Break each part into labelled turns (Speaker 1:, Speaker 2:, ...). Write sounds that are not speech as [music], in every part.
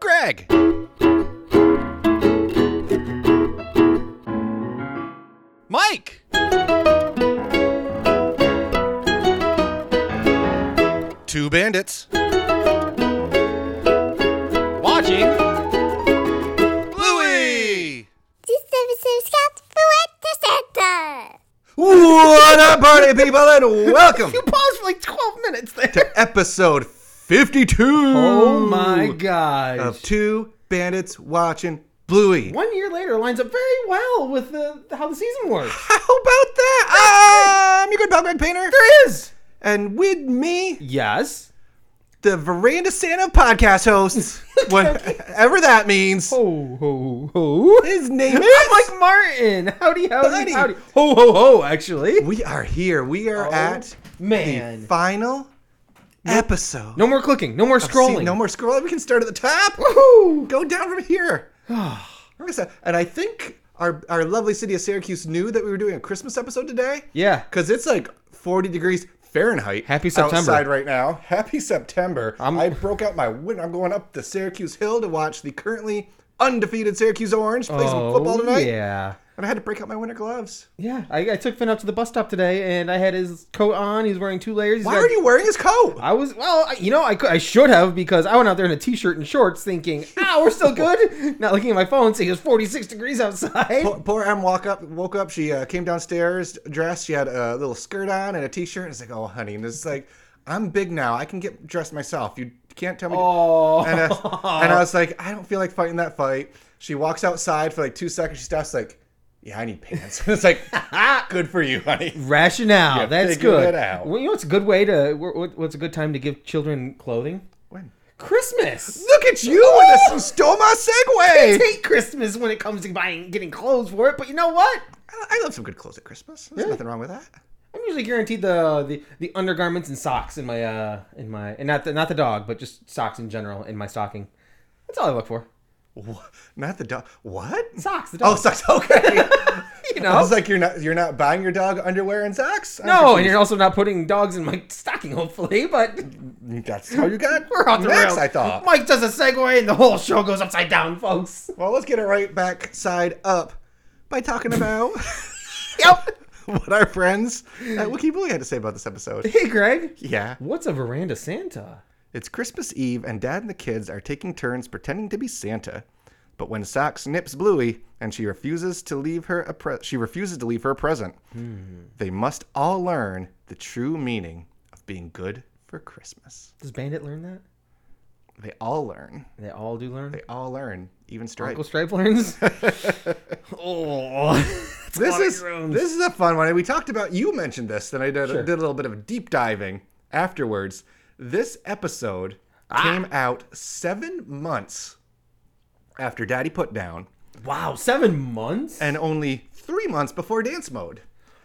Speaker 1: bag. Mike! Two bandits. Watching. Bluey!
Speaker 2: This service is got for the center.
Speaker 3: What up, party people, and welcome
Speaker 4: [laughs] You paused for like 12 minutes there.
Speaker 3: to episode 52
Speaker 4: Oh my gosh.
Speaker 3: of Two Bandits Watching Bluey.
Speaker 4: One year later lines up very well with the, how the season works.
Speaker 3: How about that? Um, you good, Greg Painter?
Speaker 4: there is.
Speaker 3: And with me,
Speaker 4: Yes.
Speaker 3: the Veranda Santa of podcast
Speaker 4: [laughs]
Speaker 3: hosts, whatever that means.
Speaker 4: Ho, ho, ho.
Speaker 3: His name is.
Speaker 4: Oh. I'm like Martin. Howdy, howdy,
Speaker 3: Buddy.
Speaker 4: howdy. Ho, ho, ho, actually.
Speaker 3: we are here. We are at
Speaker 4: Oh, Man.
Speaker 3: final episode.
Speaker 4: No more clicking. No more
Speaker 3: See,
Speaker 4: scrolling.
Speaker 3: no more scrolling. We can start at the top.
Speaker 4: Woohoo.
Speaker 3: Go down from
Speaker 4: [sighs]
Speaker 3: here. Like I said, and I think our our lovely city of Syracuse knew that we were doing a Christmas episode today.
Speaker 4: Yeah.
Speaker 3: Because it's like 40 degrees Fahrenheit.
Speaker 4: Happy September.
Speaker 3: Outside right now. Happy September.
Speaker 4: I'm-
Speaker 3: I broke out my window. I'm going up the Syracuse Hill to watch the currently undefeated Syracuse Orange play some football tonight.
Speaker 4: Oh, yeah.
Speaker 3: And I had to break out my winter gloves.
Speaker 4: Yeah, I, I took Finn out to the bus stop today, and I had his coat on. He's wearing two layers. He's
Speaker 3: Why
Speaker 4: got-
Speaker 3: are you wearing his coat?
Speaker 4: I was well, I- you know, I, cou- I should have because I went out there in a t-shirt and shorts, thinking, "Ah,
Speaker 3: [laughs]
Speaker 4: we're still good." Not looking at my phone, seeing it's 46
Speaker 3: [laughs]
Speaker 4: degrees outside.
Speaker 3: Poor, poor Em woke up. Woke up. She uh, came downstairs dressed. She had a little skirt on and a t-shirt. And it's like, oh, honey. And it's like, I'm big now. I can get dressed myself. You can't tell me. to-"
Speaker 4: Oh,
Speaker 3: And, I,
Speaker 4: [laughs]
Speaker 3: and I was like, I don't feel like fighting that fight. She walks outside for like two seconds. She stops. Like, yeah, I need pants. [laughs] it's like, "Ah, good for you, honey.
Speaker 4: rationale.
Speaker 3: Yeah,
Speaker 4: That's
Speaker 3: figure
Speaker 4: good.
Speaker 3: that out.
Speaker 4: Well, you know, what's a good way to. wh- wh- What's a good time to give children clothing?
Speaker 3: When?
Speaker 4: Christmas.
Speaker 3: Look at you! with this stole my
Speaker 4: [laughs] I
Speaker 3: segue.
Speaker 4: hate Christmas when it comes to buying, getting clothes for it. But you know what?
Speaker 3: I, I love some good clothes at Christmas. There's nothing wrong with that.
Speaker 4: I'm usually guaranteed the, the the undergarments and socks in my uh in my and not the not the dog, but just socks in general in my stocking. That's all I look for.
Speaker 3: Wha- Not the dog. What?
Speaker 4: Socks. The dog.
Speaker 3: Oh, socks. [laughs] Okay.
Speaker 4: [laughs]
Speaker 3: I
Speaker 4: you know.
Speaker 3: was like, you're not you're not buying your dog underwear and socks. I'm
Speaker 4: Oh. No, and
Speaker 3: confused.
Speaker 4: you're also not putting dogs in my stocking, hopefully. But
Speaker 3: That's how you got
Speaker 4: [laughs] we're off the
Speaker 3: next,
Speaker 4: rails.
Speaker 3: I thought.
Speaker 4: Mike does a segue, and the whole show goes upside down, folks.
Speaker 3: Well, let's get it right back side up by talking about [laughs]
Speaker 4: Yep.
Speaker 3: what our friends uh, at Wiki Bully had to say about this episode.
Speaker 4: Hey, Greg.
Speaker 3: Yeah.
Speaker 4: What's a veranda Santa?
Speaker 3: It's Christmas Eve, and Dad and the kids are taking turns pretending to be Santa. But when Socks nips Bluey, and she refuses to leave her a pre- she refuses to leave her a present,
Speaker 4: Hmm.
Speaker 3: they must all learn the true meaning of being good for Christmas.
Speaker 4: Does Bandit learn that?
Speaker 3: They all learn.
Speaker 4: They all do learn.
Speaker 3: They all learn, even Stripe.
Speaker 4: Uncle Stripe
Speaker 3: [laughs]
Speaker 4: learns. oh, that's a
Speaker 3: this
Speaker 4: lot of
Speaker 3: is
Speaker 4: groans.
Speaker 3: this is a fun one. And we talked about you mentioned this, then I did,
Speaker 4: Sure.
Speaker 3: did a little bit of deep diving afterwards. This episode came out seven months after Daddy Put Down,
Speaker 4: wow. Seven months.
Speaker 3: and only three months before Dance Mode.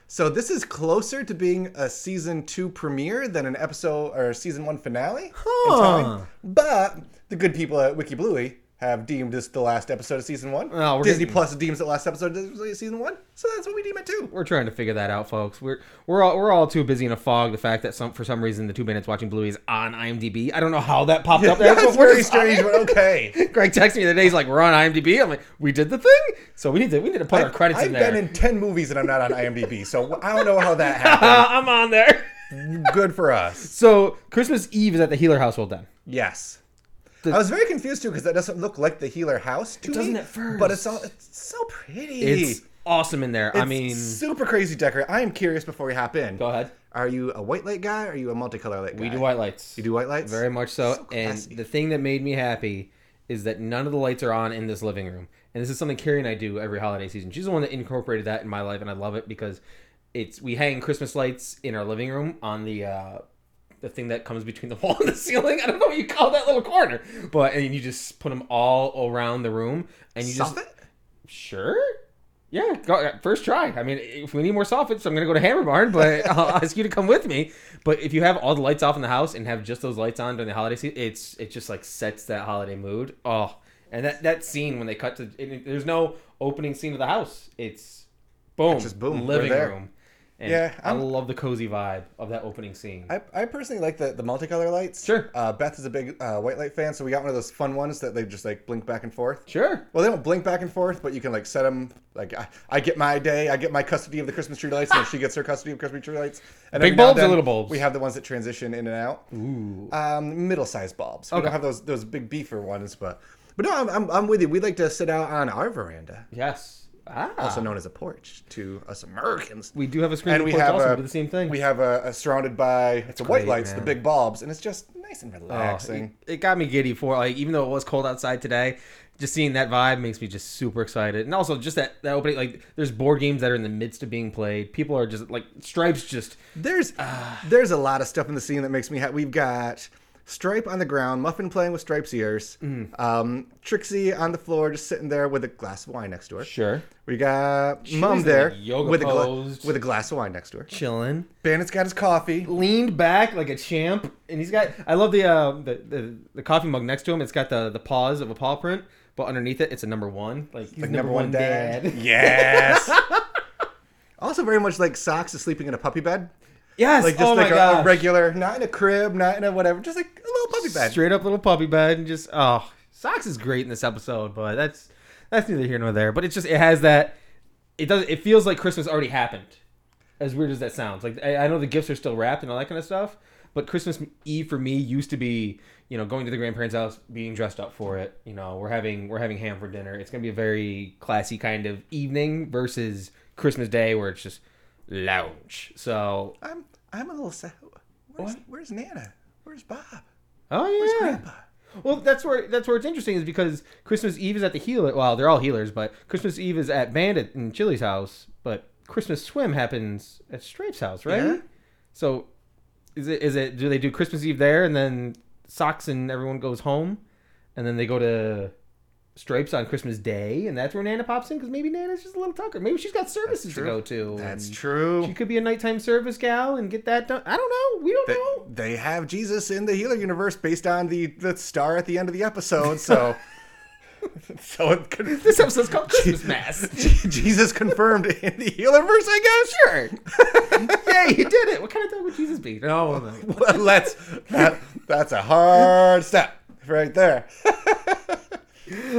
Speaker 3: So this is closer to being a season two premiere than an episode or a season one finale. in
Speaker 4: Huh.
Speaker 3: time. But the good people at Wiki Bluey have deemed this the last episode of season one.
Speaker 4: Oh, we're
Speaker 3: Disney
Speaker 4: getting-
Speaker 3: Plus deems it last episode of season one, so that's what we deem it too.
Speaker 4: we're trying to figure that out, folks. We're we're all we're all too busy in a fog. The fact that some for some reason the two minutes watching Bluey is on IMDb. I don't know how
Speaker 3: [laughs]
Speaker 4: that popped up there.
Speaker 3: That's
Speaker 4: but we're
Speaker 3: very
Speaker 4: just-
Speaker 3: strange, but okay.
Speaker 4: Greg texted me the other day. He's like, "We're on IMDb." I'm like, "We did the thing." So we need to we need to put our credits
Speaker 3: I've
Speaker 4: in there.
Speaker 3: been in ten movies and I'm not on IMDb, so I don't know how that happened.
Speaker 4: [laughs] Uh, I'm on there.
Speaker 3: Good for us.
Speaker 4: so Christmas Eve is at the Healer household. Then
Speaker 3: Yes.
Speaker 4: The-
Speaker 3: I was very confused too because that doesn't look like the Healer House to
Speaker 4: doesn't
Speaker 3: me.
Speaker 4: at first.
Speaker 3: but it's all it's so pretty.
Speaker 4: it's awesome in there. I mean,
Speaker 3: super crazy decorate. I am curious before we hop in.
Speaker 4: go ahead.
Speaker 3: Are you a white light guy? or Are you a multicolor light guy?
Speaker 4: We do white lights.
Speaker 3: You do white lights.
Speaker 4: very much so. and
Speaker 3: classy.
Speaker 4: the thing that made me happy is that none of the lights are on in this living room. And this is something Carrie and I do every holiday season. She's the one that incorporated that in my life, and I love it because it's we hang Christmas lights in our living room on the. Uh, the thing that comes between the [laughs] wall and the ceiling. I don't know what you call that little corner, but and you just put them all around the room, and you just
Speaker 3: Soffit?
Speaker 4: sure, yeah, go, uh, first try. I mean, if we need more soffits, I'm gonna go to Hammer
Speaker 3: [laughs]
Speaker 4: Barn, but I'll ask you to come with me. But if you have all the lights off in the house and have just those lights on during the holiday season, it's it just like sets that holiday mood. Oh, and that that scene when they cut to it, it- there's no opening scene of the house. It's boom,
Speaker 3: just boom, we're
Speaker 4: living
Speaker 3: there.
Speaker 4: room. And
Speaker 3: Yeah,
Speaker 4: i
Speaker 3: I'm-
Speaker 4: love the cozy vibe of that opening scene.
Speaker 3: I, I personally like the, the multicolor lights.
Speaker 4: Sure.
Speaker 3: Uh, Beth is a big uh, white light fan, so we got one of those fun ones that they just like blink back and forth.
Speaker 4: sure.
Speaker 3: Well, they don't blink back and forth, but you can like set them. Like I, I get my day, I get my custody of the Christmas tree lights, and then she gets her custody of Christmas tree lights. And
Speaker 4: Big
Speaker 3: every now and
Speaker 4: bulbs or
Speaker 3: then,
Speaker 4: little bulbs?
Speaker 3: We have the ones that transition in and out. Ooh. Um, middle-sized bulbs. We
Speaker 4: Okay.
Speaker 3: don't have those those big beefer ones, but but no, I'm, I'm, I'm with you. We like to sit out on our veranda,
Speaker 4: Yes. Ah.
Speaker 3: also known as a porch, to us Americans.
Speaker 4: we do have a screen
Speaker 3: and we
Speaker 4: report
Speaker 3: have
Speaker 4: also
Speaker 3: a,
Speaker 4: do the same thing.
Speaker 3: We have a, a surrounded by the white
Speaker 4: great,
Speaker 3: lights, the
Speaker 4: man.
Speaker 3: big bulbs, and it's just nice and
Speaker 4: Oh,
Speaker 3: relaxing.
Speaker 4: it, it got me giddy for like even though it was cold outside today, just seeing that vibe makes me just super excited. And also just that that opening like there's board games that are in the midst of being played. People are just like stripes just
Speaker 3: There's there's a lot of stuff in the scene that makes me happy. We've got Stripe on the ground, Muffin playing with Stripe's ears,
Speaker 4: Mm.
Speaker 3: um, Trixie on the floor, just sitting there with a glass of wine next to her.
Speaker 4: sure
Speaker 3: We got Mom
Speaker 4: was in a
Speaker 3: there
Speaker 4: yoga
Speaker 3: with a gla-
Speaker 4: pose.
Speaker 3: with a glass of wine next to her.
Speaker 4: chilling,
Speaker 3: Bandit's got his coffee.
Speaker 4: leaned back like a champ, and he's got I love the uh the the, the coffee mug next to him. It's got the the paws of a paw print, but underneath it it's a number one like he's
Speaker 3: Like
Speaker 4: number, one dad. [laughs]
Speaker 3: [laughs] Yes. also, very much like Socks is sleeping in a puppy bed.
Speaker 4: yes,
Speaker 3: Like just
Speaker 4: oh
Speaker 3: like
Speaker 4: my
Speaker 3: a, a
Speaker 4: god,
Speaker 3: regular, not in a crib, not in a whatever, just like a little puppy bed.
Speaker 4: straight up little puppy bed and just oh socks is great in this episode but that's that's neither here nor there but it's just it has that it does it feels like christmas already happened as weird as that sounds like i, I know the gifts are still wrapped and all that kind of stuff but christmas eve for me used to be you know going to the grandparents house being dressed up for it you know we're having we're having ham for dinner it's gonna be a very classy kind of evening versus christmas day where it's just lounge so
Speaker 3: I'm I'm a little sad. Where's,
Speaker 4: What?
Speaker 3: where's Nana? Where's Bob?
Speaker 4: oh yeah
Speaker 3: Where's Grandpa?
Speaker 4: Well, that's where that's where it's interesting is because Christmas Eve is at the healer. Well, they're all healers, but Christmas Eve is at Bandit and Chili's house, but Christmas swim happens at Stripe's house, right?
Speaker 3: Yeah.
Speaker 4: So, is it is it do they do Christmas Eve there and then socks and everyone goes home, and then they go to Stripes on Christmas Day, and that's where Nana pops in because maybe Nana's just a little tucker. Maybe she's got services to
Speaker 3: true.
Speaker 4: go to.
Speaker 3: That's
Speaker 4: and
Speaker 3: true.
Speaker 4: She could be a nighttime service gal and get that done. I don't know. We don't
Speaker 3: They,
Speaker 4: know.
Speaker 3: they have Jesus in the healer universe based on the, the star at the end of the episode,
Speaker 4: [laughs]
Speaker 3: so so it could,
Speaker 4: This episode's called Christmas Mass.
Speaker 3: [laughs] Jesus confirmed in the healer verse, I guess.
Speaker 4: Sure. [laughs] yeah, you did it. What kind of dog would Jesus be? No, no.
Speaker 3: [laughs] Well, let's that, that's a hard step right
Speaker 4: [laughs]
Speaker 3: there.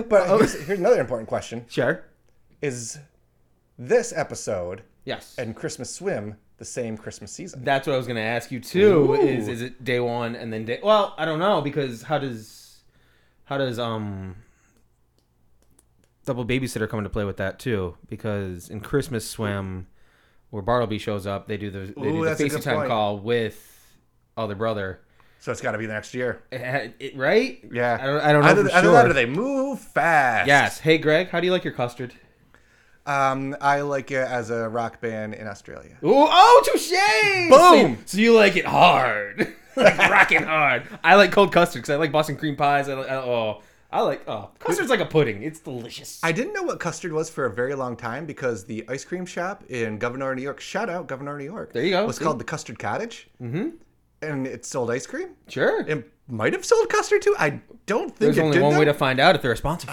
Speaker 3: but
Speaker 4: Oh.
Speaker 3: here's, here's another important question:
Speaker 4: Sure.
Speaker 3: Is this episode
Speaker 4: Yes.
Speaker 3: and Christmas Swim the same Christmas season?
Speaker 4: that's what I was going to ask you too.
Speaker 3: Ooh.
Speaker 4: Is is it day one and then day? Well, I don't know because how does how does um double babysitter come into play with that too? Because in Christmas Swim, where Bartleby shows up, they do the they
Speaker 3: Ooh,
Speaker 4: do the
Speaker 3: that's a good
Speaker 4: FaceTime
Speaker 3: point.
Speaker 4: call with other brother.
Speaker 3: So it's got to be the next year.
Speaker 4: It- it- right?
Speaker 3: Yeah,
Speaker 4: I don't, I don't know.
Speaker 3: Either,
Speaker 4: for
Speaker 3: either
Speaker 4: sure.
Speaker 3: that or they move fast.
Speaker 4: yes. Hey, Greg, how do you like your custard?
Speaker 3: Um, I like it as a rock band in Australia.
Speaker 4: Ooh, oh, touche!
Speaker 3: Boom!
Speaker 4: So, so you like it hard, [laughs] like rocking hard. I like cold custard because I like Boston cream pies. I like I, oh, I like oh, custard's like a pudding. It's delicious.
Speaker 3: I didn't know what custard was for a very long time because the ice cream shop in Governor, New York, shout out Governor, New York.
Speaker 4: There you go,
Speaker 3: Was
Speaker 4: see?
Speaker 3: called the Custard Cottage. Mm-hmm. And it sold ice cream.
Speaker 4: sure.
Speaker 3: It might have sold custard too. I don't think
Speaker 4: There's
Speaker 3: it
Speaker 4: only
Speaker 3: did
Speaker 4: one
Speaker 3: though.
Speaker 4: way to find out if they're a sponsor.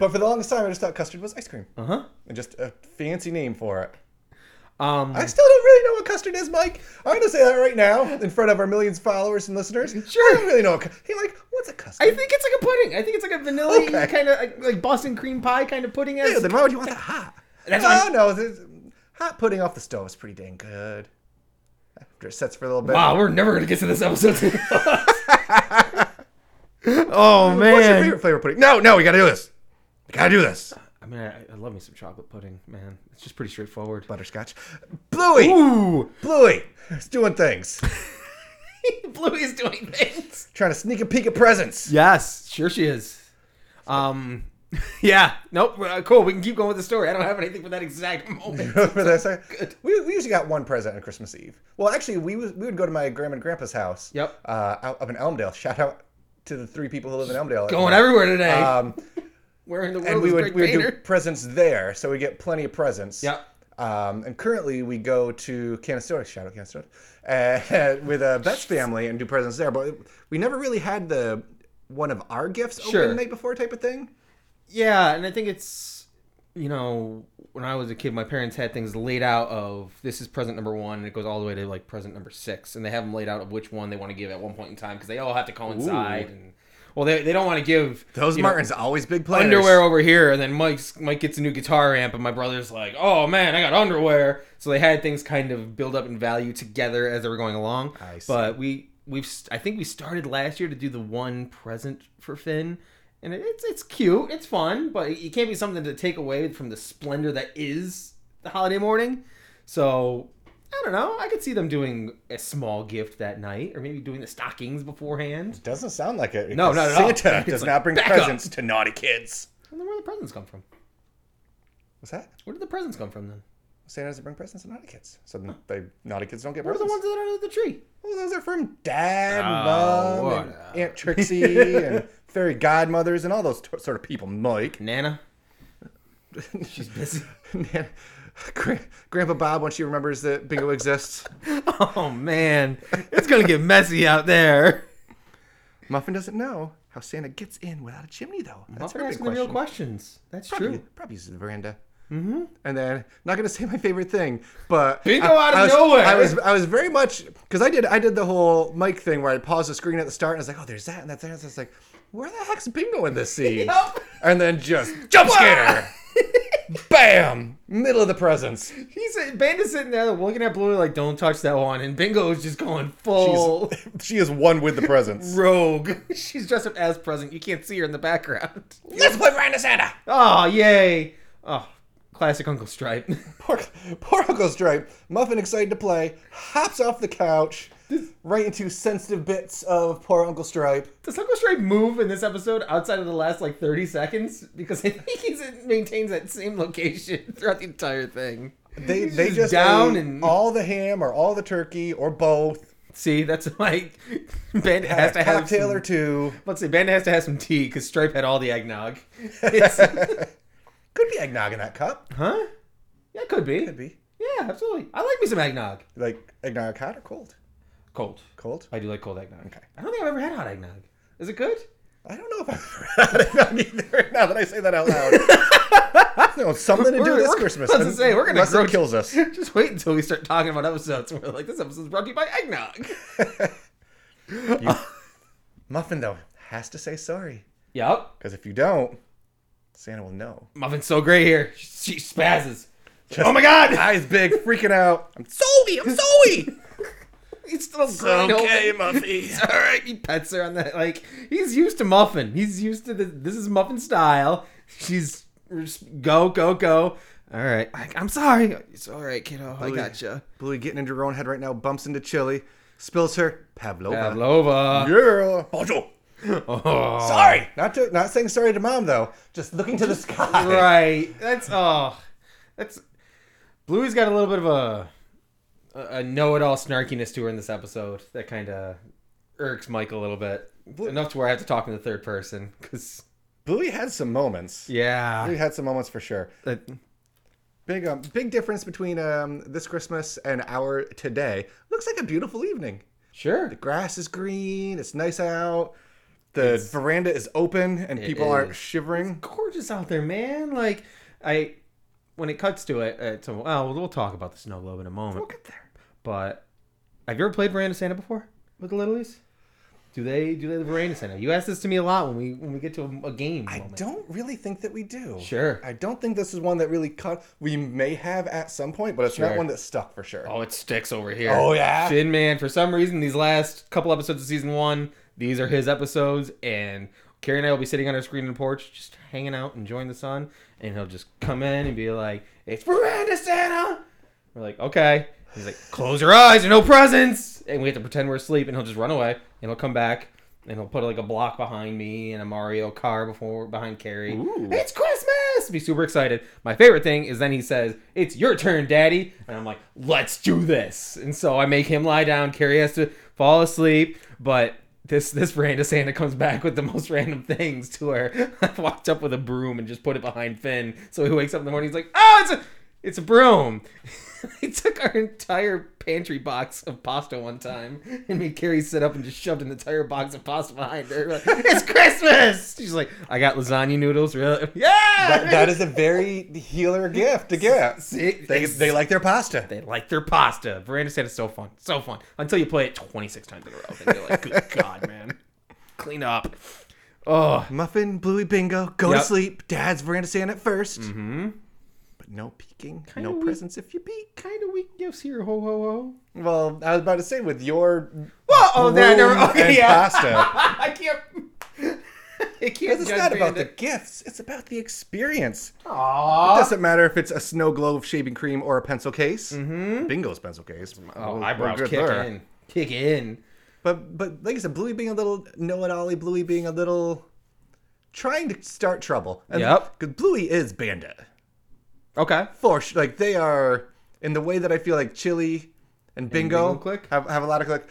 Speaker 3: But for the longest time, I just thought custard was ice cream. Uh
Speaker 4: Uh-huh.
Speaker 3: And just a fancy name for it.
Speaker 4: Um,
Speaker 3: I still don't really know what custard is, Mike. I'm going to say that right now in front of our millions of followers and listeners. Sure. I don't really know. What, cu- hey, like, what's a custard?
Speaker 4: I think it's like a pudding. I think it's like a vanilla
Speaker 3: Okay.
Speaker 4: kind of like, like Boston cream pie kind of pudding.
Speaker 3: Yeah,
Speaker 4: esque
Speaker 3: then why would you want that hot?
Speaker 4: That's
Speaker 3: no,
Speaker 4: why-
Speaker 3: no, this- hot pudding off the stove is pretty dang good. After it sets for a little bit.
Speaker 4: Wow, we're never gonna get to this episode.
Speaker 3: [laughs]
Speaker 4: [laughs] oh man.
Speaker 3: What's your favorite flavor of pudding? No, no, we gotta do this. We gotta do this.
Speaker 4: I mean, I, I love me some chocolate pudding, man. It's just pretty straightforward. [laughs]
Speaker 3: Butterscotch. Bluey!
Speaker 4: Ooh,
Speaker 3: Bluey! It's doing things.
Speaker 4: Bluey is doing things.
Speaker 3: Trying to sneak a peek at presents.
Speaker 4: Yes, sure she is. Um, [laughs] yeah. Nope. uh, cool. We can keep going with the story. I don't have anything for that
Speaker 3: [laughs]
Speaker 4: exact moment.
Speaker 3: For that second- we, we usually got one present on Christmas Eve. Well, actually, we, was, we would go to my grandma and grandpa's house.
Speaker 4: Yep.
Speaker 3: Uh, out, up in Elmdale. Shout out to the three people who live in Elmdale.
Speaker 4: going everywhere today.
Speaker 3: Um,
Speaker 4: Where in the world
Speaker 3: and we
Speaker 4: is
Speaker 3: would,
Speaker 4: Greg
Speaker 3: we would do
Speaker 4: Painter?
Speaker 3: presents there, so we get plenty of presents.
Speaker 4: Yep.
Speaker 3: Um, and currently we go to Canastota, shout out Canastota, [laughs] uh, with uh, Beth's family and do presents there. But we never really had the one of our gifts
Speaker 4: Sure.
Speaker 3: open the night before type of thing.
Speaker 4: Yeah, and I think it's you know, when I was a kid, my parents had things laid out of this is present number one, and it goes all the way to like present number six, and they have them laid out of which one they want to give at one point in time because they all have to coincide. And well, they, they don't want to give
Speaker 3: Those
Speaker 4: you know,
Speaker 3: Martins always big players.
Speaker 4: underwear over here, and then Mike's Mike gets a new guitar amp, and my brother's like, "Oh man, I got underwear." So they had things kind of build up in value together as they were going along.
Speaker 3: I see.
Speaker 4: But we we've st- I think we started last year to do the one present for Finn, and it- it's it's cute, it's fun, but it can't be something to take away from the splendor that is the holiday morning. So. I don't know. I could see them doing a small gift that night, or maybe doing the stockings beforehand.
Speaker 3: Doesn't sound like it.
Speaker 4: No,
Speaker 3: because
Speaker 4: not at all. [laughs]
Speaker 3: Santa
Speaker 4: It's
Speaker 3: does
Speaker 4: like,
Speaker 3: not bring
Speaker 4: back up.
Speaker 3: presents to naughty kids.
Speaker 4: And then where did the presents come from?
Speaker 3: What's that?
Speaker 4: Where did the presents come from then?
Speaker 3: Santa doesn't bring presents to naughty kids, so then they naughty kids don't get
Speaker 4: Where are the
Speaker 3: presents.
Speaker 4: ones that are under the tree?
Speaker 3: Well, those are from Dad,
Speaker 4: Oh,
Speaker 3: Mom, and
Speaker 4: what
Speaker 3: Aunt Trixie, and [laughs] fairy godmothers, and all those t- sort of people. [laughs] Mike,
Speaker 4: Nana. She's busy.
Speaker 3: Nan- [laughs] Gra- Grandpa Bob, when she remembers that bingo exists,
Speaker 4: [laughs]
Speaker 3: [laughs]
Speaker 4: Oh man, it's gonna get messy out there.
Speaker 3: Muffin doesn't know how Santa gets in without a chimney, though. That's
Speaker 4: Muffin
Speaker 3: her big
Speaker 4: asking the real
Speaker 3: question.
Speaker 4: questions. That's
Speaker 3: Probably,
Speaker 4: true.
Speaker 3: probably uses the veranda. Mm-hmm. And then, not gonna say my favorite thing, but
Speaker 4: Bingo
Speaker 3: I-
Speaker 4: out of
Speaker 3: I was-
Speaker 4: nowhere.
Speaker 3: I was, I was very much because I did, I did the whole mic thing where I paused the screen at the start and I was like, oh, there's that and that's there. And I was like, where the heck's bingo in this [laughs] scene?
Speaker 4: Yup.
Speaker 3: And then just jump
Speaker 4: [laughs]
Speaker 3: scare, bam, middle of the [laughs] presents.
Speaker 4: He's Banda's sitting there looking at Bluey like, "Don't touch that one," and Bingo is just going full
Speaker 3: [laughs] She is one with the presents.
Speaker 4: rogue. [laughs] She's dressed up as present. You can't see her in the background.
Speaker 3: [laughs]
Speaker 4: [laughs]
Speaker 3: Let's play Miranda Santa.
Speaker 4: Oh yay! Oh, classic Uncle Stripe. [laughs]
Speaker 3: Poor, poor Uncle Stripe, Muffin excited to play, hops off the couch, right into sensitive bits of poor Uncle Stripe.
Speaker 4: Does Uncle Stripe move in this episode outside of the last like thirty seconds? Because [laughs] I think he maintains that same location throughout the entire thing.
Speaker 3: They
Speaker 4: He's
Speaker 3: they just,
Speaker 4: down
Speaker 3: ate
Speaker 4: and
Speaker 3: all the ham or all the turkey or both.
Speaker 4: See, that's why Bandit [laughs]
Speaker 3: Had
Speaker 4: has to
Speaker 3: a
Speaker 4: have
Speaker 3: cocktail
Speaker 4: some,
Speaker 3: or two.
Speaker 4: Let's say Bandit has to have some tea because Stripe had all the
Speaker 3: [laughs]
Speaker 4: eggnog. It's-
Speaker 3: Could be eggnog in that cup.
Speaker 4: huh? Yeah, could be.
Speaker 3: Could be
Speaker 4: Yeah, absolutely. I like me some eggnog.
Speaker 3: like eggnog hot or cold.
Speaker 4: Cold.
Speaker 3: Cold.
Speaker 4: I do like cold eggnog. Okay. I don't think I've ever had hot eggnog. Is it good? [laughs]
Speaker 3: I don't know if I've [laughs] had eggnog either. Now that I say that out loud,
Speaker 4: [laughs]
Speaker 3: no, something to do
Speaker 4: We're-
Speaker 3: this
Speaker 4: we're-
Speaker 3: Christmas.
Speaker 4: I was gonna say, we're gonna
Speaker 3: unless
Speaker 4: grow-
Speaker 3: it kills
Speaker 4: [laughs]
Speaker 3: us.
Speaker 4: Just wait until we start talking about episodes and we're like, this episode's brought to you by
Speaker 3: [laughs]
Speaker 4: eggnog.
Speaker 3: Muffin though has to say sorry
Speaker 4: yep.
Speaker 3: because if you don't, Santa will know.
Speaker 4: Muffin's so great here. She, she spazzes.
Speaker 3: oh my God! Eyes big, freaking out. I'm sorry. I'm [laughs] sorry.
Speaker 4: He's still growing
Speaker 3: okay,
Speaker 4: open. [laughs]
Speaker 3: Muffy.
Speaker 4: It's all right. He pets her on that. Like he's used to muffin. He's used to the, this is muffin style. She's go go go. All right. I, I'm sorry. It's all right, kiddo. I gotcha.
Speaker 3: Bluey getting into her own head right now. Bumps into Chili, spills her Pavlova.
Speaker 4: Pavlova.
Speaker 3: Yeah. Bonjour.
Speaker 4: Oh,
Speaker 3: Sorry. Not to not saying sorry to mom though. Just looking to the sky.
Speaker 4: [laughs] right. That's oh. That's Bluey's got a little bit of a a know-it-all snarkiness to her in this episode. That kind of irks Mike a little bit. Enough to where I have to talk in the third person because
Speaker 3: Bluey had some moments.
Speaker 4: yeah.
Speaker 3: Bluey had some moments for sure.
Speaker 4: That-
Speaker 3: Big um, big difference between um, this Christmas and our today. Looks like a beautiful evening.
Speaker 4: Sure.
Speaker 3: Grass is green. It's nice out. The veranda is open and people aren't
Speaker 4: is.
Speaker 3: shivering.
Speaker 4: gorgeous out there, man. Like I, when it cuts to it, uh, so well, we'll- we'll talk about the snow globe in a moment. We'll get there. But have you ever played Veranda Santa before with the Littlies? Do they do they have Veranda Santa? You ask this to me a lot when we when we get to a, a game.
Speaker 3: I
Speaker 4: moment.
Speaker 3: don't really think that we do.
Speaker 4: Sure.
Speaker 3: I don't think this is one that really cut. We may have at some point, but it's
Speaker 4: Sure.
Speaker 3: not one that stuck for sure.
Speaker 4: Oh, it sticks over here.
Speaker 3: Oh, yeah?
Speaker 4: Shin Man. For some reason, these last couple episodes of season one, these are his episodes, and Carrie and I will be sitting on our screen and porch, just hanging out, enjoying the sun, and he'll just come in and be like, "It's Miranda Santa." We're like, "Okay." He's like, "Close your eyes, there are no presents," and we have to pretend we're asleep, and he'll just run away, and he'll come back. And he'll put like a block behind me and a Mario car before behind Carrie. It's Christmas! Be super excited. My favorite thing is then he says, It's your turn, Daddy. And I'm like, Let's do this. And so I make him lie down. Carrie has to fall asleep. But this this Miranda Santa comes back with the most [laughs] random [laughs] things to her. I walked up with a broom and just put it behind Finn. So he wakes up in the morning, he's like, Oh, it's a It's a broom. [laughs] I took our entire pantry box of pasta one time and made Carrie sit up and just shoved an entire box of pasta behind her. Like, it's Christmas! She's like, I got lasagna noodles. Really? [laughs] Yeah!
Speaker 5: That, that is a very
Speaker 3: [laughs]
Speaker 5: healer gift to get.
Speaker 4: See?
Speaker 5: They,
Speaker 4: It's-
Speaker 5: they like their pasta.
Speaker 4: they like their pasta. Veranda said it's so fun. So fun. Until you play it 26 times in a row. Then you're like, good [laughs] God, man. Clean up. Oh,
Speaker 3: Muffin, Bluey, Bingo, go
Speaker 4: Yep.
Speaker 3: to sleep. Dad's veranda stand at 1st Mm-hmm. But no peeking, no
Speaker 4: weak.
Speaker 3: presents if you peek.
Speaker 4: kind of weak gifts here. Ho, ho, ho.
Speaker 5: Well, I was about to say with your
Speaker 4: Whoa! Oh, there,
Speaker 5: broom
Speaker 4: never.
Speaker 3: [laughs]
Speaker 4: Okay,
Speaker 5: and
Speaker 4: yeah.
Speaker 5: pasta.
Speaker 4: I can't. [laughs] I can't
Speaker 5: It's
Speaker 4: judge
Speaker 5: not about the
Speaker 4: Bandit.
Speaker 5: gifts. It's about the experience.
Speaker 4: Aw.
Speaker 3: Doesn't matter if it's a snow globe, shaving cream, or a pencil case. Mm-hmm. Bingo's pencil case.
Speaker 4: Oh,
Speaker 3: Well,
Speaker 4: eyebrows
Speaker 3: we're good
Speaker 4: kick
Speaker 3: there.
Speaker 4: in. Kick in.
Speaker 3: But but like I said, Bluey being a little know it allie, Bluey being a little trying to start trouble. And
Speaker 4: Yep.
Speaker 3: Because Bluey is Banda.
Speaker 4: Okay.
Speaker 3: For sure. Like they are in the way that I feel like Chili and Bingo,
Speaker 4: Bingo click?
Speaker 3: Have, have a lot of click.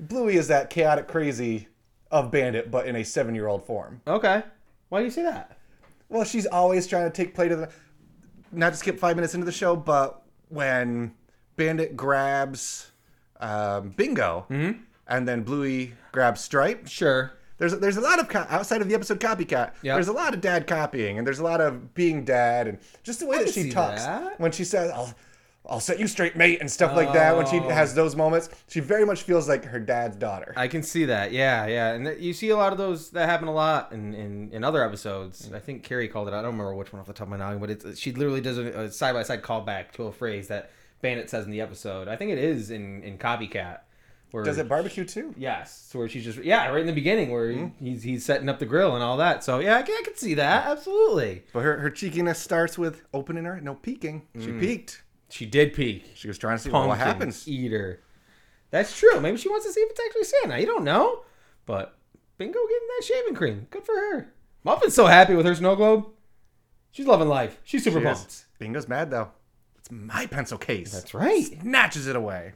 Speaker 3: Bluey is that chaotic crazy of Bandit, but in a seven year old form.
Speaker 4: Okay. Why do you say that?
Speaker 3: Well, she's always trying to take play to the. Not to skip five minutes into the show, but when Bandit grabs um, Bingo, and then Bluey grabs Stripe,
Speaker 4: Sure.
Speaker 3: there's there's a lot of co- outside of the episode copycat.
Speaker 4: Yeah.
Speaker 3: There's a lot of dad copying, and there's a lot of being dad, and just the way that
Speaker 4: can
Speaker 3: she
Speaker 4: see
Speaker 3: talks
Speaker 4: that.
Speaker 3: when she says, "I'll I'll set you straight, mate," and stuff like that. When she has those moments, she very much feels like her dad's daughter.
Speaker 4: I can see that. Yeah, yeah. And th- you see a lot of those that happen a lot in, in, in other episodes. I think Carrie called it out. I don't remember which one off the top of my noggin, but it's, she literally does a a side by side callback to a phrase that Bandit says in the episode. I think it is in, in Copycat. Where
Speaker 3: Does it barbecue too?
Speaker 4: Yes, so where she's just yeah, right in the beginning where
Speaker 3: Mm-hmm.
Speaker 4: he's he's setting up the grill and all that. So yeah, I can, I can see that absolutely.
Speaker 3: But her, her cheekiness starts with opening her, no peeking. She peeked.
Speaker 4: She did peek.
Speaker 3: She was trying to see
Speaker 4: Pumpkin
Speaker 3: what happens.
Speaker 4: Eater. That's true. Maybe she wants to see if it's actually Santa. You don't know, but Bingo getting that shaving cream. Good for her. Muffin's so happy with her snow globe. She's loving life. She's super
Speaker 3: Yes.
Speaker 4: pumped.
Speaker 3: Bingo's mad though. It's my pencil case.
Speaker 4: That's right.
Speaker 3: Snatches it away.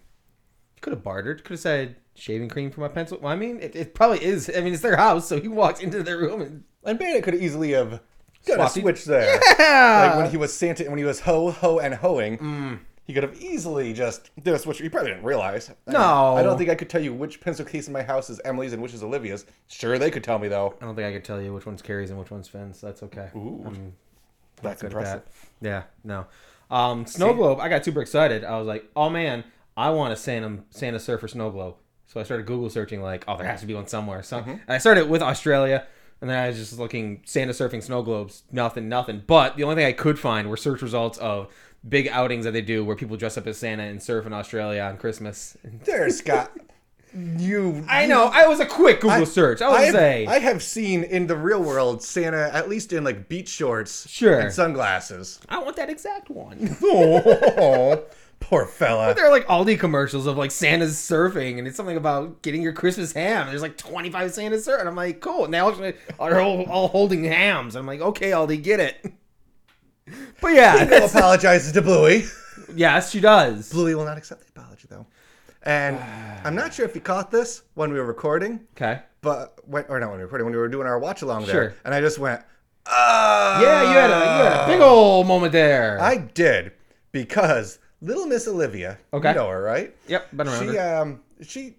Speaker 4: Could have bartered. Could have said shaving cream for my pencil. Well, I mean, it, it probably is. I mean, it's their house, so he walked into their room and [laughs]
Speaker 5: And Bandit could easily have done
Speaker 4: Swapped
Speaker 5: a
Speaker 4: it.
Speaker 5: switch there.
Speaker 4: yeah.
Speaker 5: Like when he was Santa and when he was ho ho and hoeing,
Speaker 3: Mm.
Speaker 5: he could have easily just did a switch. He probably didn't realize. I-
Speaker 4: No.
Speaker 5: I don't think I could tell you which pencil case in my house is Emily's and which is Olivia's. Sure, they could tell me though.
Speaker 4: I don't think I could tell you which one's Carrie's and which one's Finn's. So that's okay. Ooh,
Speaker 5: That's impressive.
Speaker 4: Yeah, no. Um, snow globe. I got super excited. I was like, oh man, I want a Santa Santa surfer snow globe. So I started Google searching like, oh, there has to be one somewhere.
Speaker 5: Mm-hmm.
Speaker 4: So and I started with Australia, and then I was just looking Santa surfing snow globes. Nothing, nothing. But the only thing I could find were search results of big outings that they do where people dress up as Santa and surf in Australia on Christmas.
Speaker 5: There,
Speaker 3: [laughs]
Speaker 5: Scott. you.
Speaker 4: I know. I was a quick Google search. I would
Speaker 5: have,
Speaker 4: say.
Speaker 5: I have seen in the real world Santa at least in like beach shorts
Speaker 4: Sure.
Speaker 5: and sunglasses.
Speaker 4: I want that exact one.
Speaker 5: oh, poor fella.
Speaker 4: There are like Aldi commercials of like Santa's surfing, and it's something about getting your Christmas ham. There's like 25 Santa's surfing. I'm like, cool. And they all are all, all holding hams. I'm like, okay, Aldi, get it. [laughs] But yeah,
Speaker 5: Who
Speaker 4: that's-
Speaker 5: apologizes to Bluey.
Speaker 4: yes, she does.
Speaker 5: Bluey will not accept the apology though.
Speaker 4: [sighs]
Speaker 3: And I'm not sure if you caught this when we were recording,
Speaker 4: Okay.
Speaker 3: but when, or not when we were recording, when we were doing our watch along there.
Speaker 4: Sure.
Speaker 3: And I just went,
Speaker 4: Yeah, you had a, you had a big old moment there.
Speaker 3: Uh, I did because little Miss Olivia,
Speaker 4: Okay.
Speaker 3: you know her, right?
Speaker 4: yep, been around.
Speaker 3: She
Speaker 4: her.
Speaker 3: um she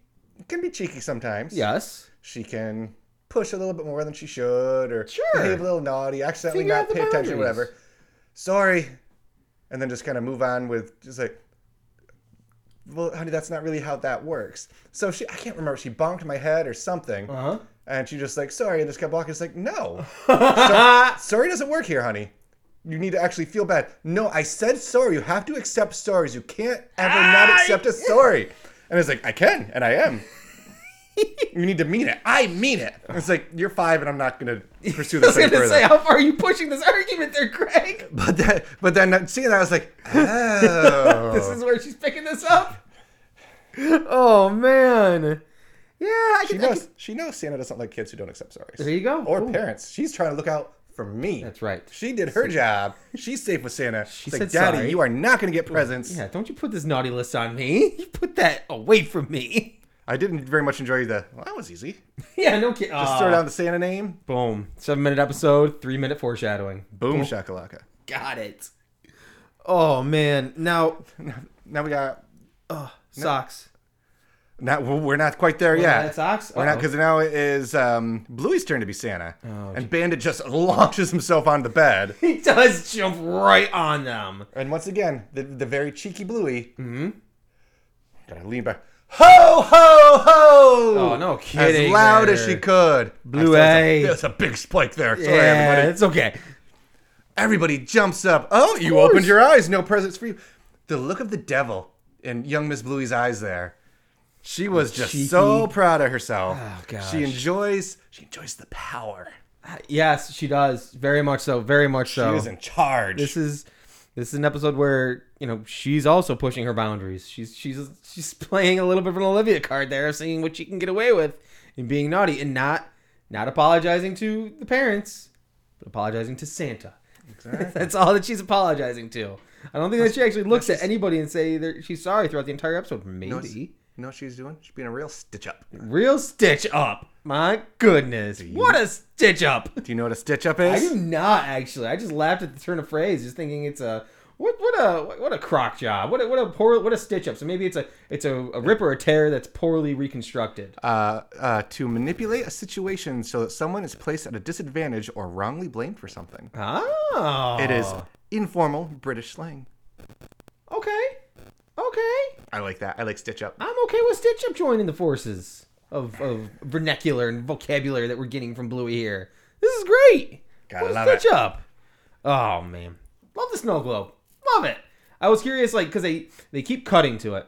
Speaker 3: can be cheeky sometimes.
Speaker 4: yes. [laughs]
Speaker 3: She can push a little bit more than she should or
Speaker 4: Sure.
Speaker 3: behave a little naughty, accidentally
Speaker 4: Figure out
Speaker 3: not
Speaker 4: the
Speaker 3: pay attention,
Speaker 4: boundaries.
Speaker 3: whatever. Sorry. And then just kind of move on with just like well, honey, that's not really how that works. So she, I can't remember, she bonked my head or something.
Speaker 4: Uh-huh.
Speaker 3: And she just like, sorry, and just kept walking. It's like, no. Sor- sorry doesn't work here, honey. You need to actually feel bad. No, I said sorry. You have to accept stories. You can't ever not accept a story. And it's like, I can, and I
Speaker 4: [laughs]
Speaker 3: am. you need to mean it. I mean it. And it's like, you're five, and I'm not going to [laughs] pursue
Speaker 4: [laughs] I
Speaker 3: this
Speaker 4: was
Speaker 3: any
Speaker 4: going to
Speaker 3: further.
Speaker 4: say, how far are you pushing this argument there, Craig?
Speaker 3: but, then, but then seeing that, I was like, oh.
Speaker 4: [laughs] This is where she's picking
Speaker 3: [laughs]
Speaker 4: this up. Oh, man. Yeah, I
Speaker 5: She
Speaker 4: can, I can-
Speaker 5: knows. She knows Santa doesn't like kids who don't accept stories.
Speaker 4: There you go.
Speaker 5: Or
Speaker 4: Ooh.
Speaker 5: parents. She's trying to look out for me.
Speaker 4: That's right.
Speaker 5: She did her job. She's safe with Santa. She's like,
Speaker 4: said
Speaker 5: Daddy,
Speaker 4: sorry."
Speaker 5: you are not going to get presents.
Speaker 4: Yeah, don't you put this naughty list on me. [laughs] You put that away from me. [laughs]
Speaker 5: I didn't very much enjoy the. Well, that was easy.
Speaker 4: Yeah, no kidding. Just
Speaker 5: Throw down the Santa name.
Speaker 4: Boom. Seven minute episode, three minute foreshadowing.
Speaker 5: Boom, shakalaka.
Speaker 4: Got it. Oh man! Now
Speaker 3: [laughs] Now we got.
Speaker 4: socks.
Speaker 3: Now we're not quite there yet.
Speaker 4: Yeah, that socks. Oh.
Speaker 3: We're not
Speaker 4: Uh-oh. Oh,
Speaker 3: because now it is um, Bluey's turn to be Santa, and Bandit just [laughs] launches himself onto the bed.
Speaker 4: [laughs] he does jump right on them.
Speaker 3: And once again, the, the very cheeky Bluey. Mm-hmm. Gotta lean back. Ho ho ho!
Speaker 4: Oh no,
Speaker 3: as
Speaker 4: kidding!
Speaker 3: loud as
Speaker 4: there.
Speaker 3: she could.
Speaker 4: Blue
Speaker 3: That's-
Speaker 4: A.
Speaker 3: That's a big spike there. Sorry,
Speaker 4: Yeah,
Speaker 3: everybody.
Speaker 4: it's okay.
Speaker 3: Everybody jumps up. Oh, you opened your eyes. No presents for you. The look of the devil in young Miss Bluey's eyes there. She was just so proud of herself.
Speaker 4: Oh, gosh.
Speaker 3: She enjoys. She enjoys the power.
Speaker 4: Yes, she does. Very much so. Very much so.
Speaker 3: She was in charge.
Speaker 4: this is this is an episode where you know she's also pushing her boundaries. She's she's she's playing a little bit of an Olivia card there, seeing what she can get away with and being naughty and not not apologizing to the parents, but apologizing to Santa. [laughs] That's all that she's apologizing to. I don't think that she actually looks at anybody and say that she's sorry throughout the entire episode. Maybe
Speaker 3: you know what she's doing? She's being a real stitch up. Do
Speaker 4: real stitch up. My goodness, what a stitch up!
Speaker 3: you know what a stitch up
Speaker 4: I
Speaker 3: is?
Speaker 4: do not actually. I just laughed at the turn of phrase, just thinking it's a what what a what a crock job. What a, what a poor what a stitch up. So maybe it's a it's a, a rip or a tear that's poorly reconstructed.
Speaker 3: uh, uh, to manipulate a situation so that someone is placed at a disadvantage or wrongly blamed for something.
Speaker 4: Oh,
Speaker 3: It is informal British slang.
Speaker 4: okay, okay.
Speaker 3: I like that. I like stitch up.
Speaker 4: I'm okay with stitch up joining the forces of of vernacular and vocabulary that we're getting from Bluey here. This is great.
Speaker 3: Gotta
Speaker 4: What a
Speaker 3: love it.
Speaker 4: stitch up. Oh man, love the snow globe. Love it. I was curious, like, because they they keep cutting to it.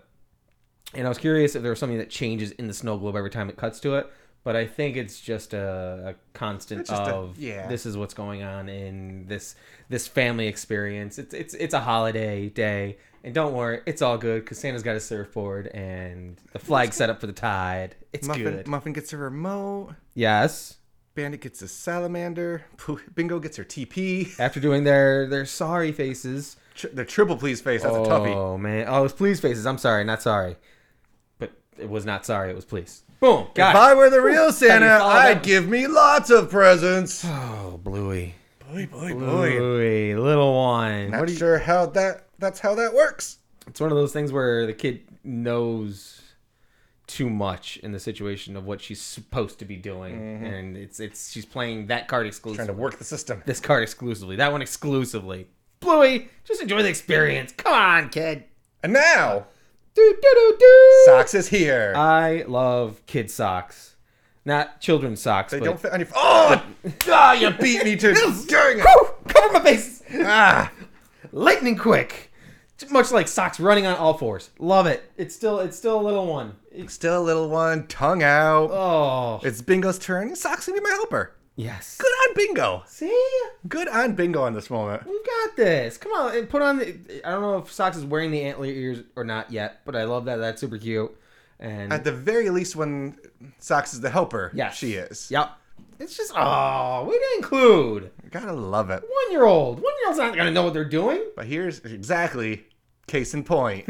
Speaker 4: and I was curious if there was something that changes in the snow globe every time it cuts to it. But I think it's just a, a constant
Speaker 3: just a-
Speaker 4: of
Speaker 3: yeah.
Speaker 4: this is what's going on in this this family experience. It's it's it's a holiday day, and don't worry, it's all good because Santa's got his surfboard and the flag set up for the tide. It's
Speaker 3: Muffin,
Speaker 4: good.
Speaker 3: Muffin gets her remote.
Speaker 4: Yes.
Speaker 3: Bandit gets a salamander. Pooh- Bingo gets her TP.
Speaker 4: After doing their their sorry faces.
Speaker 3: Tr- the triple please face. That's a toughie.
Speaker 4: Oh man. Oh, it was please faces. I'm sorry, not sorry. But it was not sorry. It was please. Boom. Got
Speaker 3: If
Speaker 4: it.
Speaker 3: I were the real Santa,
Speaker 4: follow that
Speaker 3: I'd
Speaker 4: one?
Speaker 3: give me lots of
Speaker 4: [sighs]
Speaker 3: presents.
Speaker 4: Oh, Bluey.
Speaker 3: boy, boy, boy.
Speaker 4: Bluey, little one.
Speaker 3: Not sure how that. That's how that works.
Speaker 4: it's one of those things where the kid knows too much in the situation of what she's supposed to be doing, and it's it's she's playing that card exclusively,
Speaker 3: Mm-hmm. Trying to work the system.
Speaker 4: this card exclusively, that one exclusively. Bluey, just enjoy the experience. Come on, kid.
Speaker 3: And
Speaker 4: [laughs]
Speaker 3: now,
Speaker 4: Do do do do.
Speaker 3: Socks is here.
Speaker 4: I love kid socks, not children's socks.
Speaker 3: they
Speaker 4: but
Speaker 3: don't fit on your. Oh,
Speaker 4: [laughs]
Speaker 3: ah, you beat [laughs] me to. Dang it.
Speaker 4: Whew, cover my face.
Speaker 3: Ah.
Speaker 4: lightning quick. Much like socks running on all fours. Love it. It's still it's still a little one. It's,
Speaker 3: Still a little one, tongue out.
Speaker 4: oh
Speaker 3: It's Bingo's turn. Socks gonna be my helper.
Speaker 4: yes.
Speaker 3: Good on Bingo.
Speaker 4: See,
Speaker 3: Good on Bingo on this moment.
Speaker 4: we've got this. Come on and put on. The, I don't know if socks is wearing the antler ears or not yet, but I love that. That's super cute. And
Speaker 3: At the very least, when Socks is the helper, yeah,
Speaker 4: Yes.
Speaker 3: she is.
Speaker 4: yep, it's just oh, we didn't include
Speaker 3: Gotta love it.
Speaker 4: one year old. One year old's not gonna know what they're doing.
Speaker 3: But here's exactly case in point.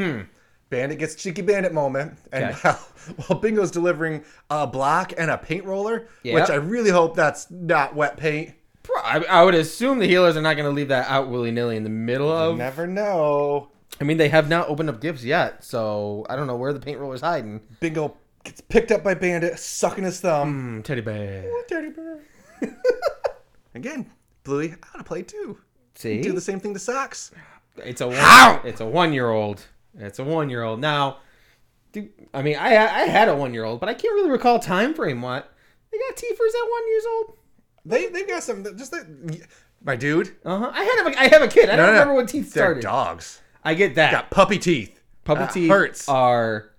Speaker 3: Bandit gets cheeky bandit moment, and
Speaker 4: Hmm. Okay.
Speaker 3: while, [laughs] while Bingo's delivering a block and a paint roller,
Speaker 4: Yep.
Speaker 3: which I really hope that's not wet paint.
Speaker 4: Pro- I, I would assume the healers are not gonna leave that out willy nilly in the middle of.
Speaker 3: Never know.
Speaker 4: I mean, they have not opened up gifts yet, so I don't know where the paint roller's hiding.
Speaker 3: Bingo gets picked up by Bandit, sucking his thumb.
Speaker 4: Mm, teddy bear.
Speaker 3: [laughs] Dirty bird. Again, Bluey, I wanna play too.
Speaker 4: See,
Speaker 3: Do the same thing to Socks.
Speaker 4: It's a one, it's a one year old. It's a one year old. Now, do, I mean, I I had a one year old, but I can't really recall time frame. What they got teefers at one years old?
Speaker 3: They they've got some just like my dude.
Speaker 4: Uh huh. I had a, I have a kid. I don't remember when teeth
Speaker 3: They're
Speaker 4: started.
Speaker 3: dogs.
Speaker 4: I get that.
Speaker 3: Got puppy teeth.
Speaker 4: Puppy
Speaker 3: that
Speaker 4: teeth
Speaker 3: hurts.
Speaker 4: are